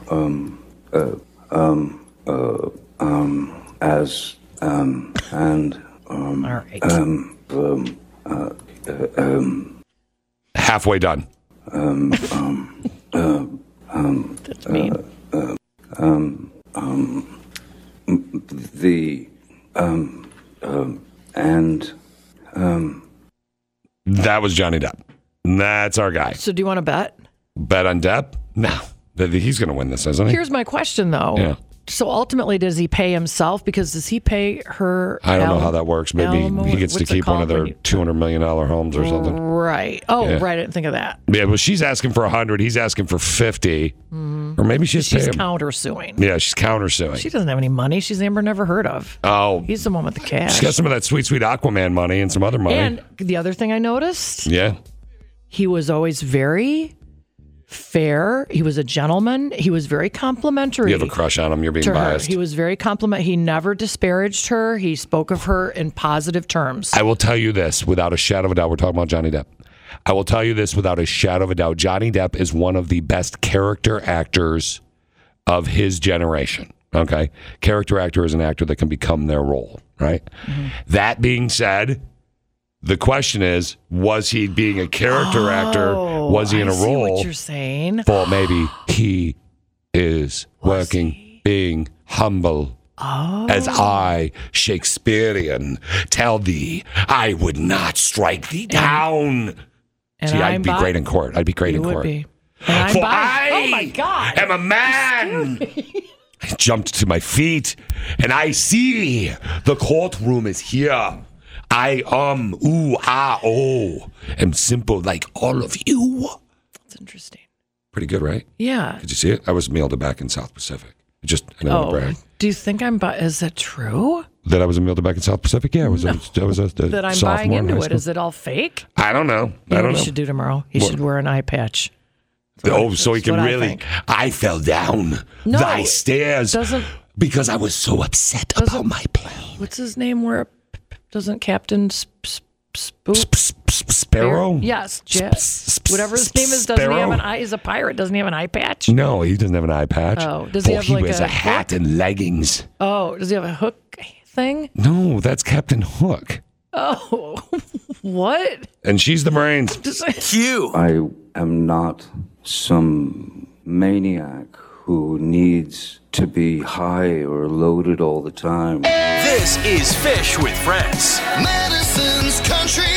Speaker 16: uh, um, uh, um, uh, um, as, um, and, um, um, um, uh, uh, um,
Speaker 4: Halfway done.
Speaker 16: um, um, um, um,
Speaker 3: That's mean.
Speaker 16: uh, um, um, m- the, um, um, and, um,
Speaker 4: That was Johnny Depp. That's our guy.
Speaker 3: So do you want to bet?
Speaker 4: Bet on Depp? No, Th- th- he's going to win this, isn't he?
Speaker 3: Here's my question though.
Speaker 4: Yeah.
Speaker 3: So ultimately, does he pay himself? Because does he pay her?
Speaker 4: I don't know
Speaker 3: al-
Speaker 4: how that works. Maybe
Speaker 3: alimony?
Speaker 4: he gets to
Speaker 3: What's it
Speaker 4: keep one
Speaker 3: called
Speaker 4: of their
Speaker 3: when you-
Speaker 4: two hundred million dollar homes or something.
Speaker 3: Right. Oh,
Speaker 4: Yeah.
Speaker 3: right. I didn't think of that.
Speaker 4: Yeah, well, she's asking for a hundred. He's asking for fifty, or maybe she's,
Speaker 3: Mm-hmm. She's
Speaker 4: paying.
Speaker 3: countersuing.
Speaker 4: yeah, she's countersuing.
Speaker 3: She doesn't have any money. She's Amber never heard of.
Speaker 4: oh,
Speaker 3: He's the one with the
Speaker 4: she's
Speaker 3: cash.
Speaker 4: got some of that sweet, sweet Aquaman money and some other money.
Speaker 3: And the other thing I noticed,
Speaker 4: yeah,
Speaker 3: he was always very fair. He was a gentleman. He was very complimentary.
Speaker 4: you have a crush on him. You're being
Speaker 3: to her.
Speaker 4: biased.
Speaker 3: He was very compliment. He never disparaged her. He spoke of her in positive terms.
Speaker 4: I will tell you this without a shadow of a doubt. We're talking about Johnny Depp. I will tell you this without a shadow of a doubt. Johnny Depp is one of the best character actors of his generation. Okay. Character actor is an actor that can become their role, right?
Speaker 3: Mm-hmm.
Speaker 4: That being said, the question is was he being a character actor?
Speaker 3: Oh,
Speaker 4: Was he in
Speaker 3: I
Speaker 4: a
Speaker 3: see
Speaker 4: role?
Speaker 3: What you're saying?
Speaker 4: for maybe he is working, being humble. As I, Shakespearean, tell thee, I would not strike thee down.
Speaker 3: and
Speaker 4: See,
Speaker 3: I'm
Speaker 4: I'd be
Speaker 3: bi-
Speaker 4: great in court. I'd be great
Speaker 3: You
Speaker 4: in
Speaker 3: would
Speaker 4: court.
Speaker 3: be. And I'm
Speaker 4: For
Speaker 3: bi-
Speaker 4: I
Speaker 3: oh my god!
Speaker 4: am a man. I jumped to my feet and I see the courtroom is here. I am, ooh, ah, oh, am simple like all of you. That's interesting. Pretty good, right?
Speaker 3: Yeah.
Speaker 4: Did you see it? I was mailed it back in South Pacific. It just I don't want to
Speaker 3: Oh,
Speaker 4: brag
Speaker 3: do you think I'm? Bi- is that true?
Speaker 4: that I was mailed it back in South Pacific. Yeah, I was. I was, I was a, a
Speaker 3: that I'm
Speaker 4: sophomore
Speaker 3: buying
Speaker 4: in
Speaker 3: into
Speaker 4: high
Speaker 3: it.
Speaker 4: school.
Speaker 3: Is it all fake?
Speaker 4: I don't know.
Speaker 3: You
Speaker 4: I
Speaker 3: know what
Speaker 4: don't know.
Speaker 3: he should do tomorrow? He
Speaker 4: What?
Speaker 3: should wear an eye patch.
Speaker 4: oh, so he
Speaker 3: what
Speaker 4: can
Speaker 3: I
Speaker 4: really.
Speaker 3: think.
Speaker 4: I, fell down
Speaker 3: No,
Speaker 4: thy stairs
Speaker 3: doesn't-
Speaker 4: because I was so upset about my
Speaker 3: What's his name? Where doesn't Captain Sp- Sp- Spook?
Speaker 4: Sparrow?
Speaker 3: Yes, Ja- whatever his name is. Doesn't he have
Speaker 4: Sparrow?
Speaker 3: an eye? He's a pirate. Doesn't he have an eye patch?
Speaker 4: No, he doesn't have an eye patch.
Speaker 3: Oh, does he
Speaker 4: for
Speaker 3: have like
Speaker 4: wears
Speaker 3: a
Speaker 4: a, hat and leggings.
Speaker 3: Oh, does he have a hook thing?
Speaker 4: No, that's Captain Hook,
Speaker 3: Oh, what?
Speaker 4: and she's the Marines.
Speaker 3: Q.
Speaker 16: I am not some maniac who needs to be high or loaded all the time.
Speaker 1: This is Fish with Friends.
Speaker 2: Madison's country. oh